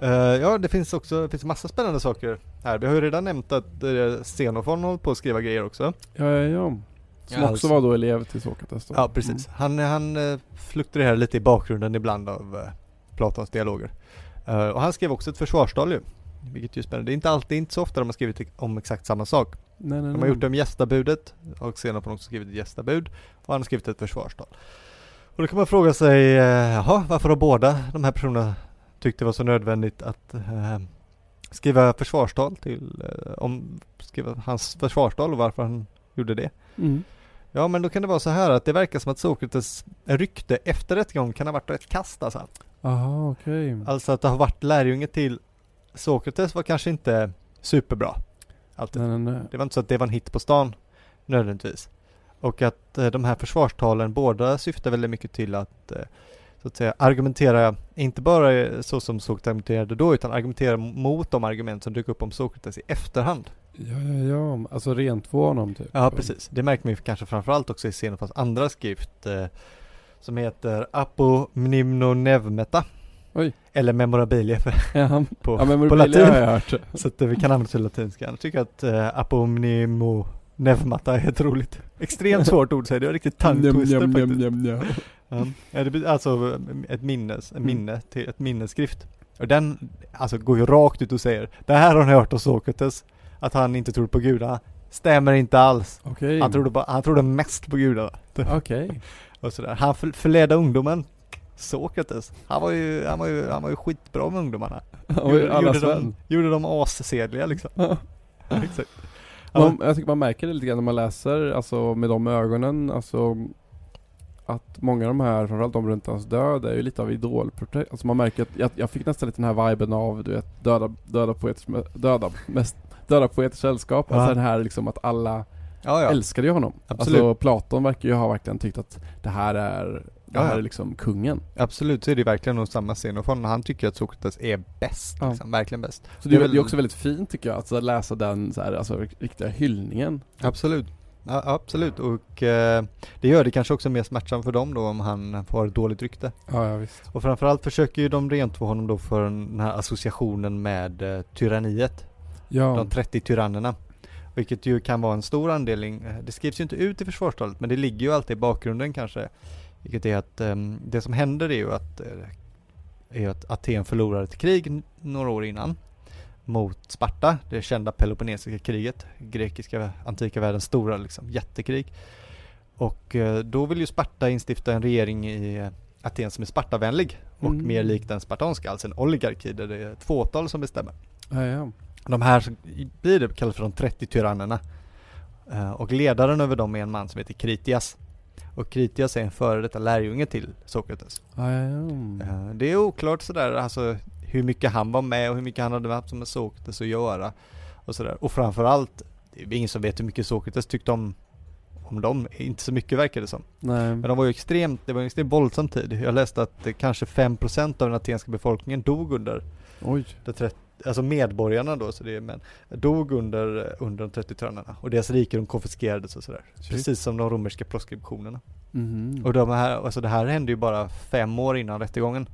Speaker 1: Eh, ja, det finns också det finns massa spännande saker här. Vi har ju redan nämnt att uh, Xenofon håller på att skriva grejer också.
Speaker 2: Ja, ja, ja. Som
Speaker 1: Ja,
Speaker 2: också
Speaker 1: alltså.
Speaker 2: var då elev till Sokrates då. Mm.
Speaker 1: Ja, precis. Han, han eh, fluktuerar lite i bakgrunden ibland av eh, Platons dialoger. Eh, och han skrev också ett försvarstal ju. Vilket ju är spännande. Det är inte alltid, inte så ofta de har skrivit om exakt samma sak.
Speaker 2: Mm. Nej, nej,
Speaker 1: De
Speaker 2: nej.
Speaker 1: har gjort det om gästabudet och senare har de också skrivit ett gästabud och han har skrivit ett försvarstal. Och då kan man fråga sig, eh, jaha, varför har båda de här personerna tyckt det var så nödvändigt att eh, skriva försvarstal till, eh, om, skriva hans försvarstal och varför han gjorde det?
Speaker 2: Mm.
Speaker 1: Ja, men då kan det vara så här att det verkar som att Sokrates rykte efter rättegång kan ha varit rätt kast alltså.
Speaker 2: Aha, okej.
Speaker 1: Alltså att det har varit lärjunge till Sokrates var kanske inte superbra. Alltid.
Speaker 2: Nej, nej, nej.
Speaker 1: Det var inte så att det var en hit på stan nödvändigtvis. Och att eh, de här försvarstalen båda syftar väldigt mycket till att eh, så att säga argumentera, inte bara eh, så som Sokrates argumenterade då, utan argumentera mot de argument som dök upp om Sokrates i efterhand.
Speaker 2: Ja, ja, ja. Alltså rent på honom typ.
Speaker 1: Ja, precis. Det märker man ju kanske framförallt också i Xenofons andra skrift eh, som heter Apomnimnonevmeta.
Speaker 2: Oj.
Speaker 1: Eller Memorabilia för,
Speaker 2: Ja,
Speaker 1: på,
Speaker 2: ja men
Speaker 1: på
Speaker 2: Morbilia
Speaker 1: latin.
Speaker 2: har jag hört.
Speaker 1: Så att eh, vi kan använda det till latinskan. Jag tycker att eh, Apomnimo Nevmatta är ett roligt. Extremt svårt ord säger det. Jag är riktigt tongue twister
Speaker 2: Njam, njam,
Speaker 1: faktiskt.
Speaker 2: njam, njam, njam.
Speaker 1: Ja. Ja, det blir Alltså ett minnes, en minne till ett minnesskrift. Och den, alltså går ju rakt ut och säger, det här har ni hört av Sokrates, att han inte tror på gudarna. Stämmer inte alls.
Speaker 2: Okej.
Speaker 1: Han trodde, bara, han trodde mest på gudarna.
Speaker 2: Okej.
Speaker 1: Och sådär. Han för, förledde ungdomen. Sokrates, han var ju, han var ju, han var ju skitbra med ungdomarna.
Speaker 2: Han var ju allas
Speaker 1: gjorde, de,
Speaker 2: vän.
Speaker 1: gjorde de assedliga liksom.
Speaker 2: Ja.
Speaker 1: Exakt.
Speaker 2: Man, jag tycker man märker det lite grann när man läser, alltså med de ögonen, alltså att många av de här, framförallt de runt hans död, är ju lite av idolprojekt. Alltså man märker att, jag, jag fick nästan lite den här viben av, du vet, döda, döda poeters, döda, mest, döda poeters sällskap.
Speaker 1: Ja.
Speaker 2: Alltså den här liksom att alla
Speaker 1: Ja, ja.
Speaker 2: älskade ju honom.
Speaker 1: Absolut.
Speaker 2: Alltså Platon verkar ju ha verkligen tyckt att det här är, det
Speaker 1: Ja,
Speaker 2: här
Speaker 1: ja.
Speaker 2: är liksom kungen.
Speaker 1: Absolut, så är det verkligen nog samma Xenofon. Han tycker att Sokrates är bäst,
Speaker 2: Ja.
Speaker 1: liksom. verkligen bäst.
Speaker 2: Så det är,
Speaker 1: Det är
Speaker 2: väl...
Speaker 1: väl-
Speaker 2: det är också väldigt fint tycker jag, att så här läsa den så här, alltså riktiga hyllningen.
Speaker 1: Absolut. Ja, absolut, och eh, det gör det kanske också mer smärtsamt för dem då om han får ett dåligt rykte.
Speaker 2: Ja, ja visst.
Speaker 1: Och framförallt försöker ju de rentvå honom då för den här associationen med eh, tyranniet.
Speaker 2: Ja.
Speaker 1: de 30 tyrannerna. Vilket ju kan vara en stor anledning. Eh, Det skrivs ju inte ut i försvarstalet men det ligger ju alltid i bakgrunden kanske. Vilket är att ehm, det som händer är ju att, eh, är ju att Aten förlorar ett krig n- några år innan mot Sparta, det kända Peloponnesiska kriget, grekiska antika världens stora liksom, jättekrig. Och eh, då vill ju Sparta instifta en regering i eh, Aten som är Spartavänlig och
Speaker 2: Mm.
Speaker 1: mer lik den spartanska, alltså en oligarki där det är ett fåtal som bestämmer.
Speaker 2: Ja, ja.
Speaker 1: De här som blir det kallas för de 30 tyrannerna. Eh, Och ledaren över dem är en man som heter Kritias. Och Kritias är en före detta lärjunge till Sokrates.
Speaker 2: Ja, ja, ja.
Speaker 1: Eh, Det är oklart sådär alltså hur mycket han var med och hur mycket han hade haft med Sokrates att göra. Och sådär. Och framförallt, det är ingen som vet hur mycket Sokrates tyckte om, om dem. Inte så mycket verkar det som.
Speaker 2: Nej.
Speaker 1: Men de var ju extremt, det var en extremt våldsam tid. Jag läste att eh, kanske 5% av den atenska befolkningen dog under
Speaker 2: Oj.
Speaker 1: det tret- alltså medborgarna då, så det är män, dog under, under de 30 törnarna och deras rikedom konfiskerades och sådär.
Speaker 2: Typ.
Speaker 1: Precis som de romerska proskriptionerna.
Speaker 2: Mhm.
Speaker 1: Och de här, alltså det här hände ju bara fem år innan rättegången.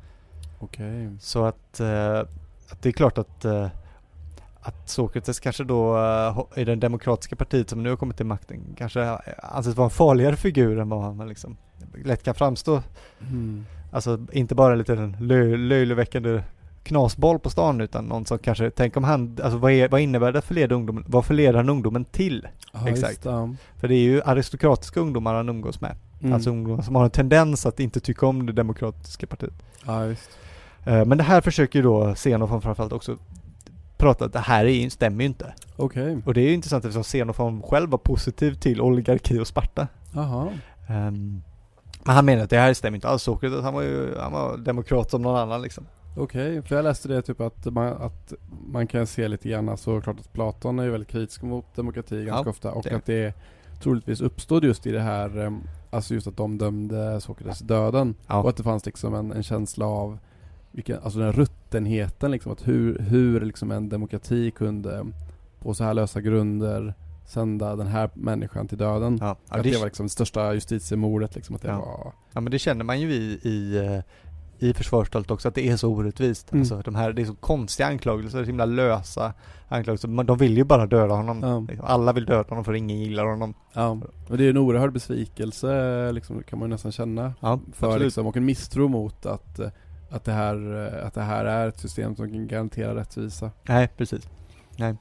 Speaker 2: Okej.
Speaker 1: Så att, eh, att det är klart att, eh, att Sokrates kanske då eh, ho- i det demokratiska partiet som nu har kommit till makten kanske eh, anses vara en farligare figur än vad han liksom lätt kan framstå.
Speaker 2: Mm.
Speaker 1: Alltså inte bara en liten lö- löjeväckande knasboll på stan utan någon som kanske, tänk om han, alltså vad, är, vad innebär det för leda ungdomen, vad förleder han ungdomen till?
Speaker 2: Ja,
Speaker 1: Exakt.
Speaker 2: just det. Mm.
Speaker 1: För det är ju aristokratiska ungdomar han umgås med, alltså ungdomar som har en tendens att inte tycka om det demokratiska partiet.
Speaker 2: Ja, just.
Speaker 1: Eh, Men det här försöker ju då Xenofon framförallt också prata att det här är, ju- stämmer ju inte.
Speaker 2: Okej.
Speaker 1: Och det är ju intressant eftersom Xenofon själv var positiv till oligarki och Sparta.
Speaker 2: Jaha.
Speaker 1: Ehm, Men han menar att det här stämmer inte alls, Sokrates han var ju, han var demokrat som någon annan liksom.
Speaker 2: Okej, för jag läste det typ att man, att man kan se lite grann, alltså klart att Platon är ju väldigt kritisk mot demokrati ganska
Speaker 1: Ja,
Speaker 2: ofta och
Speaker 1: det är.
Speaker 2: att det troligtvis uppstod just i det här, em, alltså just att de dömde Sokrates döden
Speaker 1: Ja.
Speaker 2: och att det fanns liksom en, en känsla av vilken, alltså den ruttenheten liksom, att hur, hur liksom en demokrati kunde på så här lösa grunder sända den här människan till döden.
Speaker 1: Ja, ja,
Speaker 2: att
Speaker 1: det,
Speaker 2: det var liksom det största justitiemordet liksom, att det
Speaker 1: Ja.
Speaker 2: var...
Speaker 1: ja men det känner man ju i, i, eh, i försvarstalet också, att det är så orättvist.
Speaker 2: Mm.
Speaker 1: Alltså, de här, det är så konstiga anklagelser, så himla lösa anklagelser. Man- De vill ju bara döda honom.
Speaker 2: Ja.
Speaker 1: Liksom, Alla vill döda honom för ingen gillar honom.
Speaker 2: Ja, och det är en oerhörd besvikelse liksom, kan man ju nästan känna.
Speaker 1: Ja,
Speaker 2: För, liksom, och en misstro mot att, eh, att, det här, eh, att det här är ett system som kan garantera rättvisa.
Speaker 1: Nej, precis. Nej.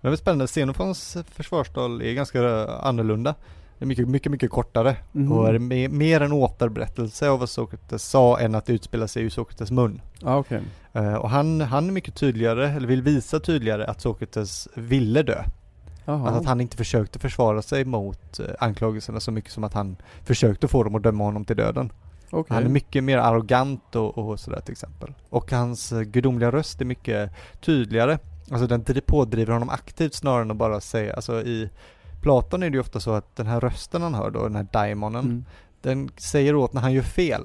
Speaker 1: Men det är spännande, Xenofons försvarstal är ganska eh, annorlunda. Det är mycket, mycket, mycket kortare
Speaker 2: Mm.
Speaker 1: och är me- mer en återberättelse av vad Sokrates sa än att det utspelar sig ur Sokrates mun.
Speaker 2: Ja, okej.
Speaker 1: Eh, Och han, han är mycket tydligare, eller vill visa tydligare att Sokrates ville dö.
Speaker 2: Jaha.
Speaker 1: Alltså att han inte försökte försvara sig mot eh, anklagelserna så mycket som att han försökte få dem att döma honom till döden.
Speaker 2: Okej.
Speaker 1: Han är mycket mer arrogant och, och sådär till exempel. Och hans eh, gudomliga röst är mycket tydligare. Alltså den dri- pådriver honom aktivt snarare än att bara säga, alltså i Platon är det ju ofta så att den här rösten han hör då, den här daimonen,
Speaker 2: Mm.
Speaker 1: den säger åt när han gör fel.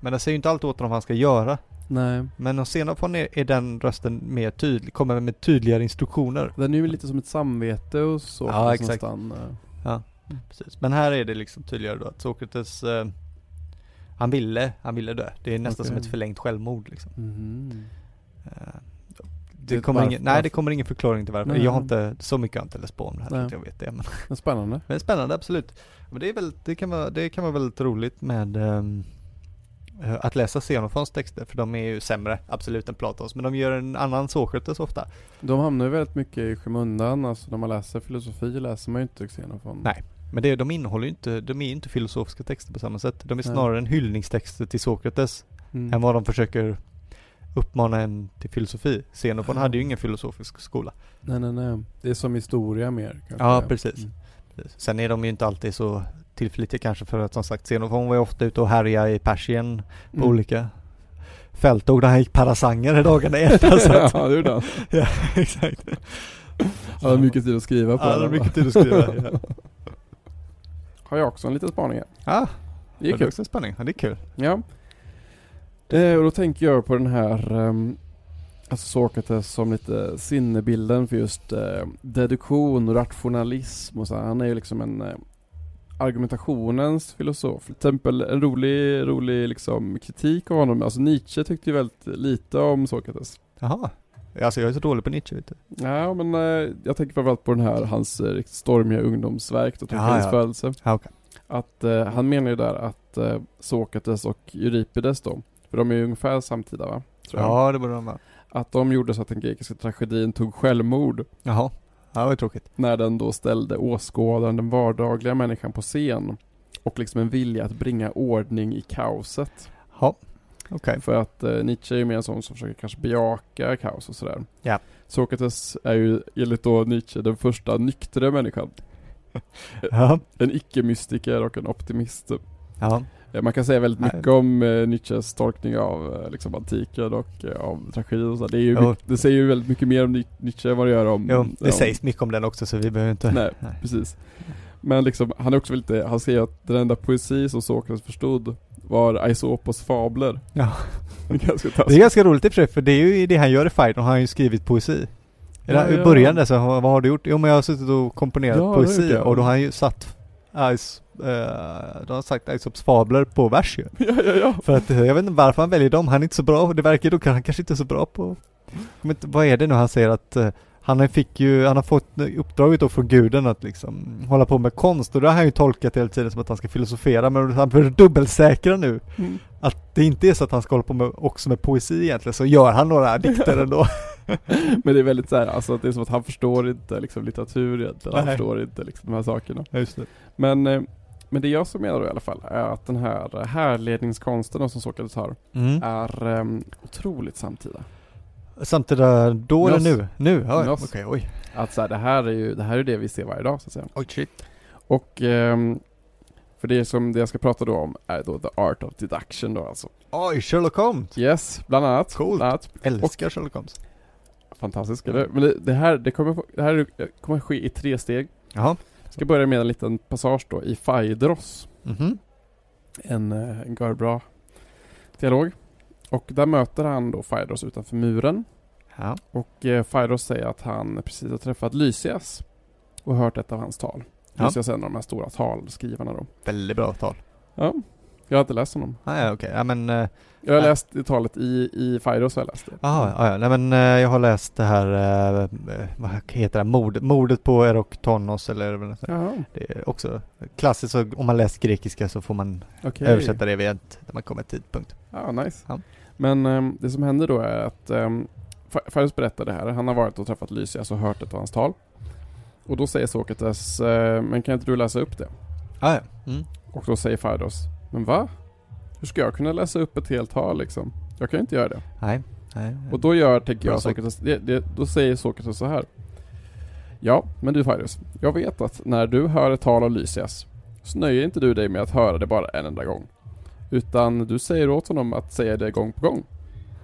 Speaker 1: Men den säger ju inte alltid åt honom vad han ska göra.
Speaker 2: Nej.
Speaker 1: Men hos Xenofon är, är den rösten mer tydlig, kommer med tydligare instruktioner.
Speaker 2: Den är ju lite som ett samvete och så.
Speaker 1: Ja,
Speaker 2: fast
Speaker 1: exakt.
Speaker 2: Nästan, eh,
Speaker 1: Precis. Men här är det liksom tydligare då att Sokrates, eh, han ville, han ville dö. Det är nästan
Speaker 2: Okej.
Speaker 1: som ett förlängt självmord liksom.
Speaker 2: mhm.
Speaker 1: Eh, det
Speaker 2: riktigt
Speaker 1: kommer
Speaker 2: varför-
Speaker 1: ingen, nej, det kommer ingen förklaring till varför.
Speaker 2: Nej.
Speaker 1: Jag har inte, så mycket har jag inte läst på om det här, så
Speaker 2: Nej.
Speaker 1: att jag vet det. Men,
Speaker 2: varför. Men Spännande.
Speaker 1: men spännande, absolut. Men det, är väl, det, kan vara, det kan vara väldigt roligt med ehm, eh, att läsa Xenofons texter, för de är ju sämre, absolut, än Platons. Men de gör en annan Sokrates ofta.
Speaker 2: De hamnar ju väldigt mycket i skymundan. Alltså när man läser filosofi läser man ju inte Xenofon.
Speaker 1: Nej. Men det, de innehåller ju inte, de är ju inte filosofiska texter på samma sätt. De är
Speaker 2: Nej.
Speaker 1: snarare en hyllningstexter till Sokrates.
Speaker 2: Mm.
Speaker 1: än vad de försöker uppmana en till filosofi. Xenofon
Speaker 2: Ja.
Speaker 1: hade ju ingen filosofisk skola.
Speaker 2: nej, nej, nej. Det är som historia mer. Kanske.
Speaker 1: Ja, precis.
Speaker 2: Mm.
Speaker 1: Sen är de ju inte alltid så tillförlitliga kanske för att som sagt Xenofon var ju ofta ute och härjade i Persien på
Speaker 2: Mm.
Speaker 1: olika fälttåg där han gick parasanger i dagarna i ända. så att-
Speaker 2: Mm. ja, det gjorde han.
Speaker 1: ja, exakt.
Speaker 2: Han hade mycket tid att skriva på.
Speaker 1: Han hade
Speaker 2: det, va?
Speaker 1: mycket tid att skriva. Ja,
Speaker 2: Har jag också en liten spaning här.
Speaker 1: ja
Speaker 2: Det är kul.
Speaker 1: också en spänning. Ja, det är kul.
Speaker 2: Ja. Eh, och då tänker jag på den här ehm, alltså Sokrates som lite sinnebilden för just eh, deduktion och rationalism och så. här. Han är ju liksom en eh, argumentationens filosof. Till exempel en rolig, rolig liksom kritik av honom. Alltså Nietzsche tyckte ju väldigt lite om Sokrates.
Speaker 1: Jaha. Alltså jag är så dålig på Nietzsche vet du.
Speaker 2: Ja, men eh, jag tänker framförallt på den här hans eh, riktigt stormiga ungdomsverk, då,
Speaker 1: Ja,
Speaker 2: Tankens
Speaker 1: ja.
Speaker 2: födelse.
Speaker 1: Ja, okej.
Speaker 2: Att eh, han menar ju där att eh, Sokrates och Euripides då, för de är ju ungefär samtida va? Tror jag.
Speaker 1: Ja, det borde de vara.
Speaker 2: Att de gjorde så att den grekiska tragedin tog självmord
Speaker 1: Jaha. Ja, det var tråkigt.
Speaker 2: när den då ställde åskådaren, den vardagliga människan på scen och liksom en vilja att bringa ordning i kaoset.
Speaker 1: Ja, okej.
Speaker 2: För att eh, Nietzsche är ju mer en sån som försöker kanske bejaka kaos och sådär.
Speaker 1: Ja.
Speaker 2: Sokrates är ju enligt då Nietzsche den första nyktra människan.
Speaker 1: Ja.
Speaker 2: En icke-mystiker och en optimist.
Speaker 1: Ja.
Speaker 2: Eh, Man kan säga väldigt
Speaker 1: Nej.
Speaker 2: mycket om eh, Nietzsches tolkning av eh, liksom, antiken och eh, av tragedin och så. Det, är ju
Speaker 1: Jo.
Speaker 2: mycket, det säger ju väldigt mycket mer om Ni- Nietzsche än vad det gör om...
Speaker 1: Jo, det
Speaker 2: om,
Speaker 1: sägs mycket om den också så vi behöver inte...
Speaker 2: Nej, precis. Men liksom, han är också lite, han säger att den enda poesi som Sokrates förstod var Aesopos fabler.
Speaker 1: Ja.
Speaker 2: Det är ganska
Speaker 1: Det är
Speaker 2: taskigt.
Speaker 1: ganska roligt i och för sig, för det är ju det han gör i Fight, och han har ju skrivit poesi.
Speaker 2: Ja,
Speaker 1: Ja, I
Speaker 2: ja.
Speaker 1: början där så, har- vad har du gjort? Jo men jag har suttit och komponerat
Speaker 2: Ja, det vet
Speaker 1: poesi
Speaker 2: jag.
Speaker 1: och då har han ju satt Ice, eh, då har han sagt Aesops fabler på vers ju.
Speaker 2: Ja, ja, ja.
Speaker 1: För att eh, jag vet inte varför han väljer dem, han är inte så bra, det verkar då han kanske inte är så bra på... Men vad är det nu han säger att eh, han har- fick ju, han har fått eh, uppdraget då från guden att liksom hålla på med konst och det har han ju tolkat hela tiden som att han ska filosofera men han behöver dubbelsäkra nu
Speaker 2: Mm.
Speaker 1: att det inte är så att han ska hålla på med, också med poesi egentligen, så gör han några dikter ändå.
Speaker 2: Men det är väldigt så här, alltså att det är som att han förstår inte liksom, litteratur egentligen. Han
Speaker 1: Nej.
Speaker 2: förstår inte liksom, de här sakerna.
Speaker 1: Ja, just det.
Speaker 2: Men, eh, men det jag som menar då i alla fall är att den här härledningskonsten då som Sokrates har
Speaker 1: Mm.
Speaker 2: är um, otroligt samtida.
Speaker 1: Samtida eh, då
Speaker 2: Nos.
Speaker 1: eller nu? Nu? Ja,
Speaker 2: Nos.
Speaker 1: okej, oj.
Speaker 2: Att så här, det här är ju det här är det vi ser varje dag så att säga.
Speaker 1: Oj, shit.
Speaker 2: Och ehm, för det som det jag ska prata då om är då the art of deduction då alltså.
Speaker 1: Oj, Sherlock Holmes!
Speaker 2: Yes, bland annat.
Speaker 1: Coolt. Mm.
Speaker 2: Bland annat.
Speaker 1: Älskar Sherlock Holmes.
Speaker 2: Fantastiskt. eller hur? Men det, det här, det kommer, det här kommer ske i tre steg.
Speaker 1: Jaha.
Speaker 2: Jag ska börja med en liten passage då i Phaedros.
Speaker 1: Mhm.
Speaker 2: En, eh, en görbra dialog. Och där möter han då Phaedros utanför muren.
Speaker 1: Ja.
Speaker 2: Och eh, Phaedros säger att han precis har träffat Lysias och hört ett av hans tal.
Speaker 1: Ja.
Speaker 2: Lysias är en av de här stora talskrivarna då.
Speaker 1: Väldigt bra tal.
Speaker 2: Ja, jag har inte läst honom.
Speaker 1: Ah, ja, okej. Ja, men, eh,
Speaker 2: Jag har
Speaker 1: Nej.
Speaker 2: läst det talet i, i Phaedros har jag läst det.
Speaker 1: aha, ja, ja. Nej, men eh, jag har läst det här, eh, eh, vad heter det, Mord, mordet på Eroktonos eller vad det heter.
Speaker 2: Jaha,
Speaker 1: Det är också klassiskt, så om man läser grekiska så får man
Speaker 2: okej.
Speaker 1: översätta det vid ett, när man kommer till tidpunkt.
Speaker 2: Ja, nice.
Speaker 1: Ja.
Speaker 2: Men ehm, det som händer då är att um, Fares berättar det här. Han har varit och träffat Lysias och hört ett av hans tal. Och då säger Sokrates, eh, men kan inte du läsa upp det?
Speaker 1: Ah, ja. Mm.
Speaker 2: Och då säger Fares, men va? Hur ska jag kunna läsa upp ett helt tal liksom? Jag kan ju inte göra det.
Speaker 1: Nej. Nej.
Speaker 2: Och då gör, tänker
Speaker 1: Bra
Speaker 2: jag,
Speaker 1: sagt.
Speaker 2: Sokrates, det, det, då säger Sokrates så här. Ja, men du Fairus, jag vet att när du hör ett tal av Lysias så nöjer inte du dig med att höra det bara en enda gång. Utan du säger åt honom att säga det gång på gång.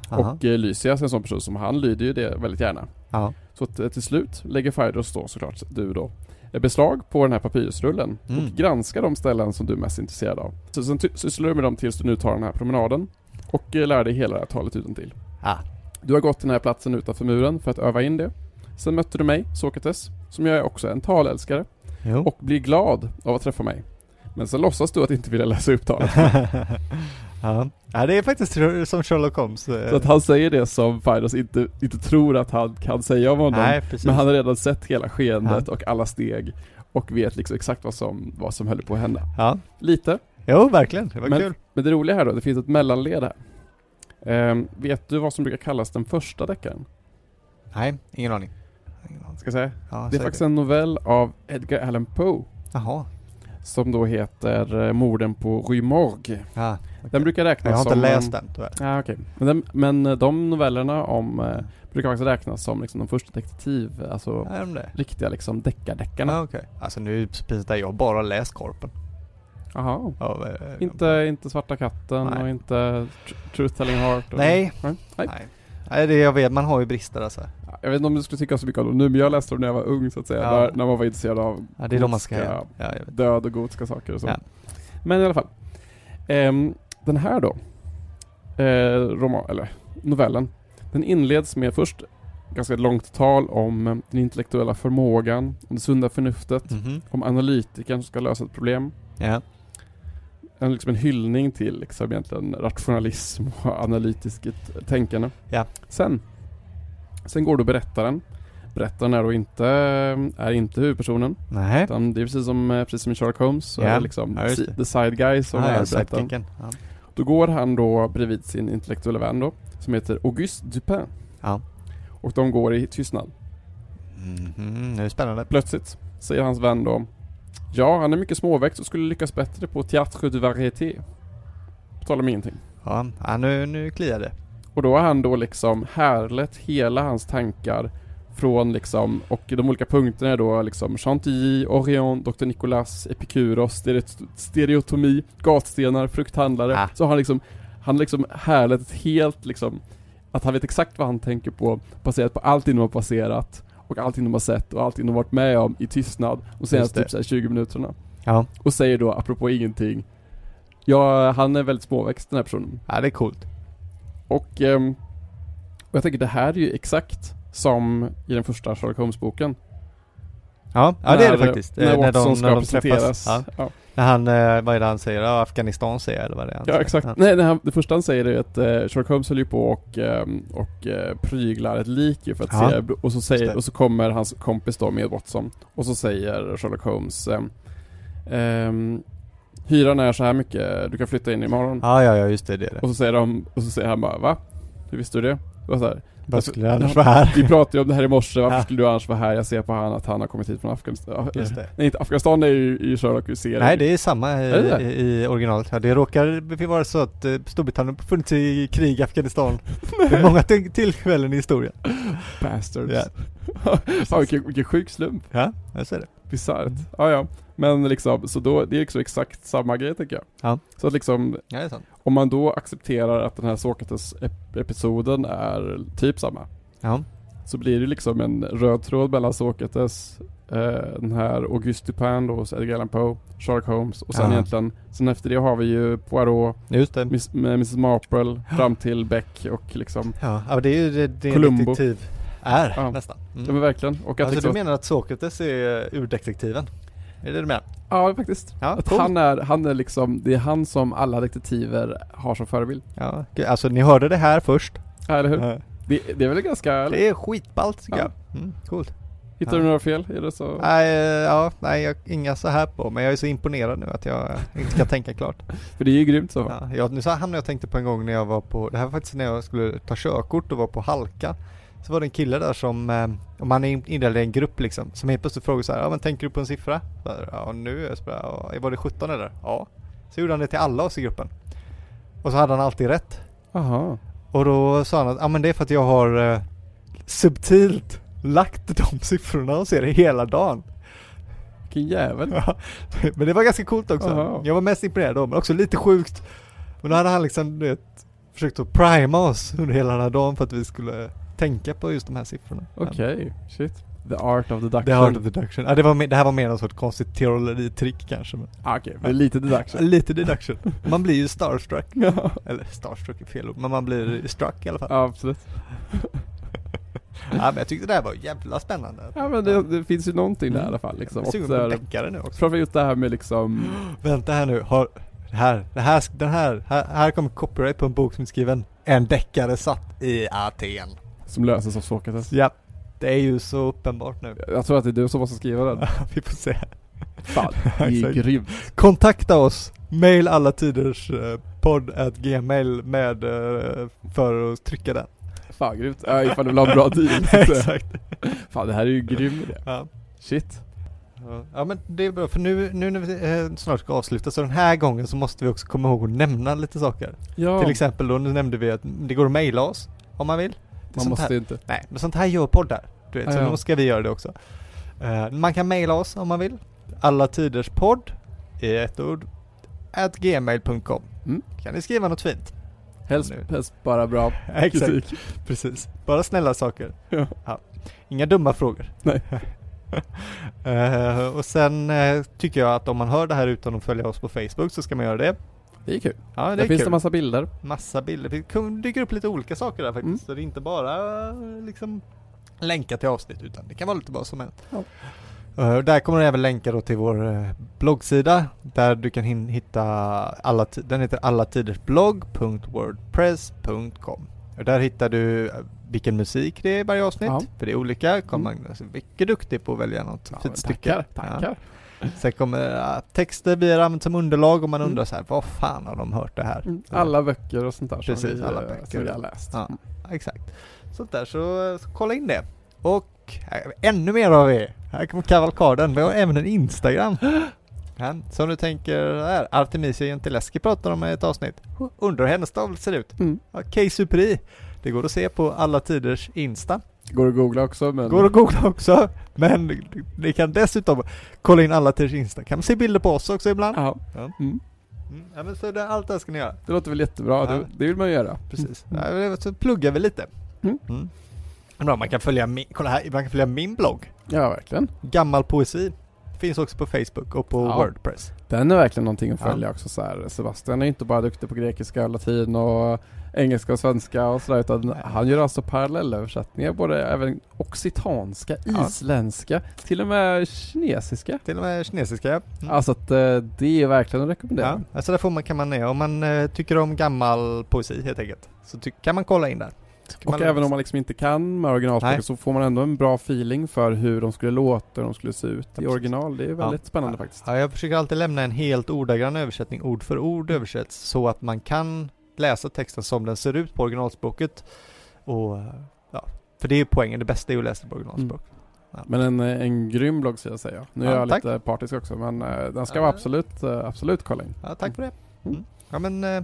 Speaker 1: Aha.
Speaker 2: Och eh, Lysias, en sån person som han, lyder ju det väldigt gärna.
Speaker 1: Ja.
Speaker 2: Så att, eh, till slut lägger Fairus då såklart, du då, eh, beslag på den här papyrusrullen och
Speaker 1: Mm.
Speaker 2: granskar de ställen som du är mest intresserad av. Så sen ty- sysslar du med dem tills du nu tar den här promenaden och eh, lär dig hela det här talet utantill.
Speaker 1: Ah.
Speaker 2: Du har gått till den här platsen utanför muren för att öva in det. Sen mötte du mig, Sokrates, som jag är också en talälskare,
Speaker 1: Jo.
Speaker 2: och blir glad av att träffa mig. Men sen låtsas du att inte vilja läsa upp talet.
Speaker 1: Ja. ja, det är faktiskt som Sherlock Holmes. eh,
Speaker 3: Så att han säger det som Fidos inte, inte tror att han kan säga om honom.
Speaker 1: Nej, precis.
Speaker 3: Men han har redan sett hela skeendet och alla steg och vet liksom exakt vad som, vad som höll på att hända.
Speaker 1: Ja,
Speaker 3: Lite.
Speaker 1: jo verkligen. Det var
Speaker 2: Men-
Speaker 1: kul.
Speaker 3: Men det roliga här då, det finns ett mellanled här.
Speaker 2: Ehm, vet du vad som brukar kallas den första deckaren?
Speaker 1: Nej, ingen aning. Ingen aning.
Speaker 2: Ska jag säga?
Speaker 1: Ja,
Speaker 2: Det
Speaker 1: säg
Speaker 2: är faktiskt en novell av Edgar Allan Poe
Speaker 1: Jaha.
Speaker 2: som då heter eh, Morden på Rue Morgue.
Speaker 1: Ja,
Speaker 2: Den
Speaker 1: okej.
Speaker 2: brukar räknas
Speaker 1: jag har inte
Speaker 2: som... eh,
Speaker 1: läst den tyvärr.
Speaker 2: Ja, okej. Men, den, men eh, de novellerna om, eh, brukar faktiskt räknas som liksom de första detektiv, alltså
Speaker 1: Är de det?
Speaker 2: riktiga liksom deckardeckarna.
Speaker 1: Ja, okej. Alltså nu är det precis där jag bara läst Korpen.
Speaker 2: Jaha.
Speaker 1: Ja, eh,
Speaker 2: Inte, inte Svarta katten
Speaker 1: Nej.
Speaker 2: och inte Tr- Truth Telling Heart. Och,
Speaker 1: Nej.
Speaker 2: Nej. Nej.
Speaker 1: Nej. Nej, det jag vet. Man har ju brister alltså.
Speaker 2: Jag vet inte om du skulle tycka så mycket om dem nu, men jag läste dem när jag var ung så att säga.
Speaker 1: Ja.
Speaker 2: När, när man var intresserad av
Speaker 1: Ja, det är de man ska
Speaker 2: gotiska
Speaker 1: göra. Ja, jag vet.
Speaker 2: död och gotiska saker och så.
Speaker 1: Ja.
Speaker 2: Men i alla fall. Ehm, den här då. Eh, roman, eller novellen. Den inleds med först ganska långt tal om eh, den intellektuella förmågan, om det sunda förnuftet,
Speaker 1: Mhm.
Speaker 2: om analytikern som ska lösa ett problem.
Speaker 1: Ja.
Speaker 2: En, liksom en hyllning till liksom egentligen rationalism och analytiskt tänkande.
Speaker 1: Ja.
Speaker 2: Sen, sen går då berättaren. Berättaren är då inte, är inte huvudpersonen.
Speaker 1: Nej.
Speaker 2: Utan det är precis som, eh, precis som i Sherlock Holmes, så
Speaker 1: Ja.
Speaker 2: är det liksom
Speaker 1: Ja, just det.
Speaker 2: si- the side guy som
Speaker 1: Ah,
Speaker 2: är
Speaker 1: ja,
Speaker 2: berättaren.
Speaker 1: sidekicken. Ja.
Speaker 2: Då går han då bredvid sin intellektuella vän då, som heter Auguste Dupin.
Speaker 1: Ja.
Speaker 2: Och de går i tystnad.
Speaker 1: Mhm, Nu är det spännande.
Speaker 2: Plötsligt säger hans vän då Ja, han är mycket småväxt och skulle lyckas bättre på Théâtre du Varieté. På tal om ingenting.
Speaker 1: Ja, ja nu, nu kliar det.
Speaker 2: Och då har han då liksom härlett hela hans tankar från liksom, och de olika punkterna är då liksom Chantilly, Orion, Dr. Nicolas, Epikuros, stere- stereotomi, gatstenar, frukthandlare.
Speaker 1: Ah.
Speaker 2: Så har han liksom, han liksom härlett ett helt liksom, att han vet exakt vad han tänker på baserat på allting de har passerat och allting de har sett och allting de har varit med om i tystnad de senaste
Speaker 1: det.
Speaker 2: typ så här 20 minuterna.
Speaker 1: Ja.
Speaker 2: Och säger då apropå ingenting, ja han är väldigt småväxt den här personen.
Speaker 1: Ja, det är coolt.
Speaker 2: Och, ehm, och jag tänker det här är ju exakt som i den första Sherlock Holmes-boken.
Speaker 1: Ja, ja det är det
Speaker 2: När-
Speaker 1: faktiskt. Eh,
Speaker 2: När, Watson ska presenteras.
Speaker 1: träffas. Ja.
Speaker 2: Ja.
Speaker 1: När han, eh, vad är det han säger? Ja, Afghanistan säger jag, eller vad det är han
Speaker 2: Ja,
Speaker 1: säger.
Speaker 2: exakt. Nej, det, här, det första han säger är att eh, Sherlock Holmes håller ju på och, ehm, och eh, pryglar ett lik ju för att
Speaker 1: Ja.
Speaker 2: se, och så,
Speaker 1: Just
Speaker 2: säger,
Speaker 1: det.
Speaker 2: och så kommer hans kompis då med Watson och så säger Sherlock Holmes ehm, ehm, Hyran är så här mycket, du kan flytta in imorgon.
Speaker 1: Ja, ja, ja, just det, det är det.
Speaker 2: Och så säger de, och så säger han bara va? Hur visste du det? Och så här,
Speaker 1: Vad skulle det annars vara här?
Speaker 2: Alltså, Vi pratade ju om det här i morse, varför
Speaker 1: Ja.
Speaker 2: skulle du annars vara här? Jag ser på han att han har kommit hit från Afghanistan.
Speaker 1: Just det.
Speaker 2: Nej, inte Afghanistan är ju i Sherlock-serien.
Speaker 1: Nej, det är samma i,
Speaker 2: Är det det?
Speaker 1: i, i originalet. Ja, det råkar be- vara så att eh, Storbritannien har funnits i krig i Afghanistan. det är många till- tillfällen i historien.
Speaker 2: Bastards.
Speaker 1: Ja. Mm.
Speaker 2: Ja, vilken, vilken sjuk slump.
Speaker 1: Ja, jag ser det.
Speaker 2: Bisarrt. Ja, ja. Men liksom, så då, det är liksom exakt samma grej tänker jag.
Speaker 1: Ja.
Speaker 2: Så att liksom,
Speaker 1: Ja, det är sant.
Speaker 2: om man då accepterar att den här Sokrates-episoden är typ samma.
Speaker 1: Ja,
Speaker 2: Så blir det liksom en röd tråd mellan Sokrates, eh, den här Auguste Dupin då, hos Edgar Allan Poe, Sherlock Holmes och sen
Speaker 1: Ja.
Speaker 2: egentligen, sen efter det har vi ju Poirot,
Speaker 1: just det.
Speaker 2: Miss, med Mrs Marple fram till Beck och liksom
Speaker 1: Ja, ja, men det är ju det, det en
Speaker 2: Columbo.
Speaker 1: detektiv är
Speaker 2: Ja.
Speaker 1: nästan. Mm.
Speaker 2: Ja men verkligen. Och att
Speaker 1: alltså
Speaker 2: liksom,
Speaker 1: du menar att Sokrates är eh, urdetektiven? Är det du menar?
Speaker 2: Ja faktiskt.
Speaker 1: Ja,
Speaker 2: Att
Speaker 1: coolt.
Speaker 2: han är, han är liksom, det är han som alla detektiver har som förebild.
Speaker 1: Ja, okej, alltså ni hörde det här först.
Speaker 2: Ja, eller hur?
Speaker 1: Eh,
Speaker 2: Det, det är väl ganska,
Speaker 1: Det är skitballt tycker
Speaker 2: Ja.
Speaker 1: jag. Mm, coolt.
Speaker 2: hittar du några fel? Är det så?
Speaker 1: Nej, eh, ja, nej, jag inga så här på, men jag är så imponerad nu att jag inte kan tänka klart.
Speaker 2: För det är ju grymt så.
Speaker 1: Ja, jag, nu så hamnade jag och tänkte på en gång när jag var på, det här var faktiskt när jag skulle ta körkort och var på halka. Så var det en kille där som, eh, och man är in- indelad i en grupp liksom, som helt plötsligt frågade så här, ja men tänker du på en siffra? Så här, ja nu är det, ja, var det 17 eller? Ja. Så gjorde han det till alla oss i gruppen. Och så hade han alltid rätt.
Speaker 2: Jaha.
Speaker 1: Och då sa han att, ja men det är för att jag har eh, subtilt lagt de siffrorna och ser det hela dagen.
Speaker 2: Vilken jävel.
Speaker 1: Ja, men det var ganska coolt också.
Speaker 2: Aha.
Speaker 1: Jag var mest imponerad då, men också lite sjukt. Men då hade han liksom, du vet, försökt att prima oss under hela den här dagen för att vi skulle tänka på just de här siffrorna.
Speaker 2: Okej, shit. The art of deduction.
Speaker 1: Det har deduction. Ja, det, var, mer- det här var mer någon sorts konstigt teoretitrick kanske. Men
Speaker 2: Ah, Okej, det är lite deduction.
Speaker 1: lite deduction. Man blir ju starstruck.
Speaker 2: ja,
Speaker 1: Eller starstruck är fel ord, men man blir struck i alla fall. Ja.
Speaker 2: absolut.
Speaker 1: men jag tyckte det här var jävla spännande.
Speaker 2: Ja men det, det finns ju någonting där i alla fall
Speaker 1: Jag
Speaker 2: liksom.
Speaker 1: är
Speaker 2: Och
Speaker 1: sugen
Speaker 2: så
Speaker 1: Mm. på
Speaker 2: här,
Speaker 1: deckare nu också.
Speaker 2: framför just det här med liksom
Speaker 1: Vänta här nu, har Det här, det här, det här, här, här kommer copyright på en bok som är skriven En deckare satt i Aten.
Speaker 2: Som löses av Sokrates.
Speaker 1: Ja, det är ju så uppenbart nu.
Speaker 2: Jag tror att det är du som måste skriva den.
Speaker 1: Vi får se.
Speaker 2: Fan, det är
Speaker 1: Exakt.
Speaker 2: grymt.
Speaker 1: Kontakta oss, mail alla tiders eh, podd at gmail med eh, för att trycka den.
Speaker 2: Fan grymt. Äh, ifall du vill ha en bra deal. Så-
Speaker 1: Exakt.
Speaker 2: Fan det här är ju grym idé.
Speaker 1: Ja.
Speaker 2: Shit.
Speaker 1: ja men det är bra för nu, nu när vi eh, snart ska avsluta så den här gången så måste vi också komma ihåg att nämna lite saker.
Speaker 4: Ja,
Speaker 1: Till exempel då, nu nämnde vi att det går att mejla oss om man vill. Det är
Speaker 2: Man
Speaker 1: sånt här-
Speaker 2: måste inte.
Speaker 1: Nej, men sånt här gör poddar. Du vet,
Speaker 2: Ja,
Speaker 1: så
Speaker 2: ja.
Speaker 1: nu ska vi göra det också. Eh, man kan mejla oss om man vill. Alla tiders podd i ett ord. At gmail.com.
Speaker 2: Mm.
Speaker 1: Kan ni skriva något fint?
Speaker 2: Helst,
Speaker 1: Nu.
Speaker 2: helst bara bra
Speaker 1: Exakt,
Speaker 2: kritik.
Speaker 1: precis. Bara snälla saker.
Speaker 2: Ja.
Speaker 1: Inga dumma frågor.
Speaker 2: Nej.
Speaker 1: Eh, och sen eh, tycker jag att om man hör det här utan att följa oss på Facebook så ska man göra det.
Speaker 2: Det är kul.
Speaker 1: Ja, det
Speaker 2: Där
Speaker 1: är
Speaker 2: finns
Speaker 1: kul.
Speaker 2: det massa bilder.
Speaker 1: massa bilder. Det kom- dyker upp lite olika saker där faktiskt.
Speaker 2: Mm.
Speaker 1: Så det är inte bara eh, liksom länkar till avsnitt utan det kan vara lite vad som helst.
Speaker 2: Ja.
Speaker 1: Eh, och där kommer det även länka då till vår eh, bloggsida där du kan hin- hitta alla ti- den heter allatidersblogg.wordpress.com och där hittar du eh, vilken musik det är i varje avsnitt,
Speaker 2: Ja.
Speaker 1: för det är olika. Carl
Speaker 2: Mm.
Speaker 1: Magnus är mycket duktig på att välja något
Speaker 2: Ja, men
Speaker 1: fint stycke.
Speaker 2: Tackar,
Speaker 1: Ja.
Speaker 2: tackar.
Speaker 1: Sen kommer eh, texter vi har använt som underlag och man
Speaker 2: Mm.
Speaker 1: undrar så här, vad fan har de hört det här?
Speaker 2: Mm. Alla böcker och sånt där som,
Speaker 1: Precis,
Speaker 2: vi,
Speaker 1: alla
Speaker 2: eh,
Speaker 1: böcker.
Speaker 2: som vi har läst.
Speaker 1: Ja, exakt. Sånt där, så, eh, så kolla in det. Och här, ännu mer har vi. Här kommer kavalkaden. Vi har även en Instagram. Ja, som du tänker här, Artemisia Gentileschi pratar om i ett avsnitt. Undrar hur hennes tavla ser ut.
Speaker 2: Mm.
Speaker 1: Ja, Kay Superi. Det går att se på alla tiders Insta.
Speaker 2: Går att googla också men
Speaker 1: Går att googla också. Men ni kan dessutom kolla in alla tiders Insta. Kan man se bilder på oss också ibland.
Speaker 2: Ja,
Speaker 1: Mm, Ja, men så det, allt det här ska ni göra.
Speaker 2: det låter väl jättebra.
Speaker 1: Ja.
Speaker 2: Det, det vill man ju göra.
Speaker 1: Precis.
Speaker 2: Mm.
Speaker 1: Ja, det- så pluggar vi lite.
Speaker 2: Mm.
Speaker 1: Mm. Bra, man kan följa min, kolla här, man kan följa min blogg.
Speaker 2: Ja, verkligen.
Speaker 1: Gammal poesi. Finns också på Facebook och på
Speaker 2: Ja.
Speaker 1: Wordpress.
Speaker 2: Den är verkligen någonting att
Speaker 1: Ja.
Speaker 2: följa också så här. Sebastian är inte bara duktig på grekiska, latin och engelska och svenska och sådär utan han gör alltså parallellöversättningar både även occitanska,
Speaker 1: Ja.
Speaker 2: isländska, till och med kinesiska.
Speaker 1: Till och med kinesiska. ja. Mm.
Speaker 2: Alltså att eh, det är verkligen att
Speaker 1: ja.
Speaker 2: rekommendera.
Speaker 1: Alltså där får man, kan man ner. Om man eh, tycker om gammal poesi helt enkelt. Så ty- kan man kolla in där. Så kan
Speaker 2: Och
Speaker 1: man-
Speaker 2: även om man liksom inte kan med originalspråket
Speaker 1: Nej.
Speaker 2: så får man ändå en bra feeling för hur de skulle låta, hur de skulle se ut i
Speaker 1: precis.
Speaker 2: original. Det är väldigt spännande faktiskt.
Speaker 1: Ja, jag försöker alltid lämna en helt ordagrann översättning, ord för
Speaker 2: Mm.
Speaker 1: ord översätts, så att man kan läsa texten som den ser ut på originalspråket. Och, eh, ja, för det är poängen, det bästa är att läsa på
Speaker 2: Mm.
Speaker 1: originalspråk.
Speaker 2: Men en, eh, en grym blogg ska jag säga. Nu är
Speaker 1: Ja,
Speaker 2: jag
Speaker 1: tack.
Speaker 2: lite partisk också men eh, den ska
Speaker 1: Ja.
Speaker 2: man absolut, eh, absolut kolla in.
Speaker 1: Ja, tack för det.
Speaker 2: Mm.
Speaker 1: Mm. Ja, men... eh,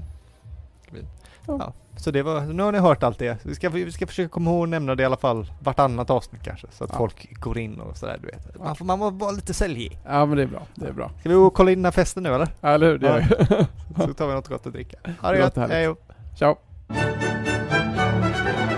Speaker 2: Ja.
Speaker 1: Ja, så det var, nu har ni hört allt det. Vi ska, vi ska försöka komma ihåg att nämna det i alla fall vartannat avsnitt kanske. Så att
Speaker 2: Ja.
Speaker 1: folk går in och sådär du vet.
Speaker 2: Ja.
Speaker 1: Man får man må vara lite säljig.
Speaker 2: Ja men det är bra, det är bra.
Speaker 1: Ska vi gå och kolla in den här festen nu eller?
Speaker 2: Ja, eller hur? Det gör vi.
Speaker 1: Så tar vi något gott att dricka. Ha det
Speaker 2: Det
Speaker 1: gött,
Speaker 2: låter härligt.
Speaker 1: hej då.
Speaker 2: Ciao.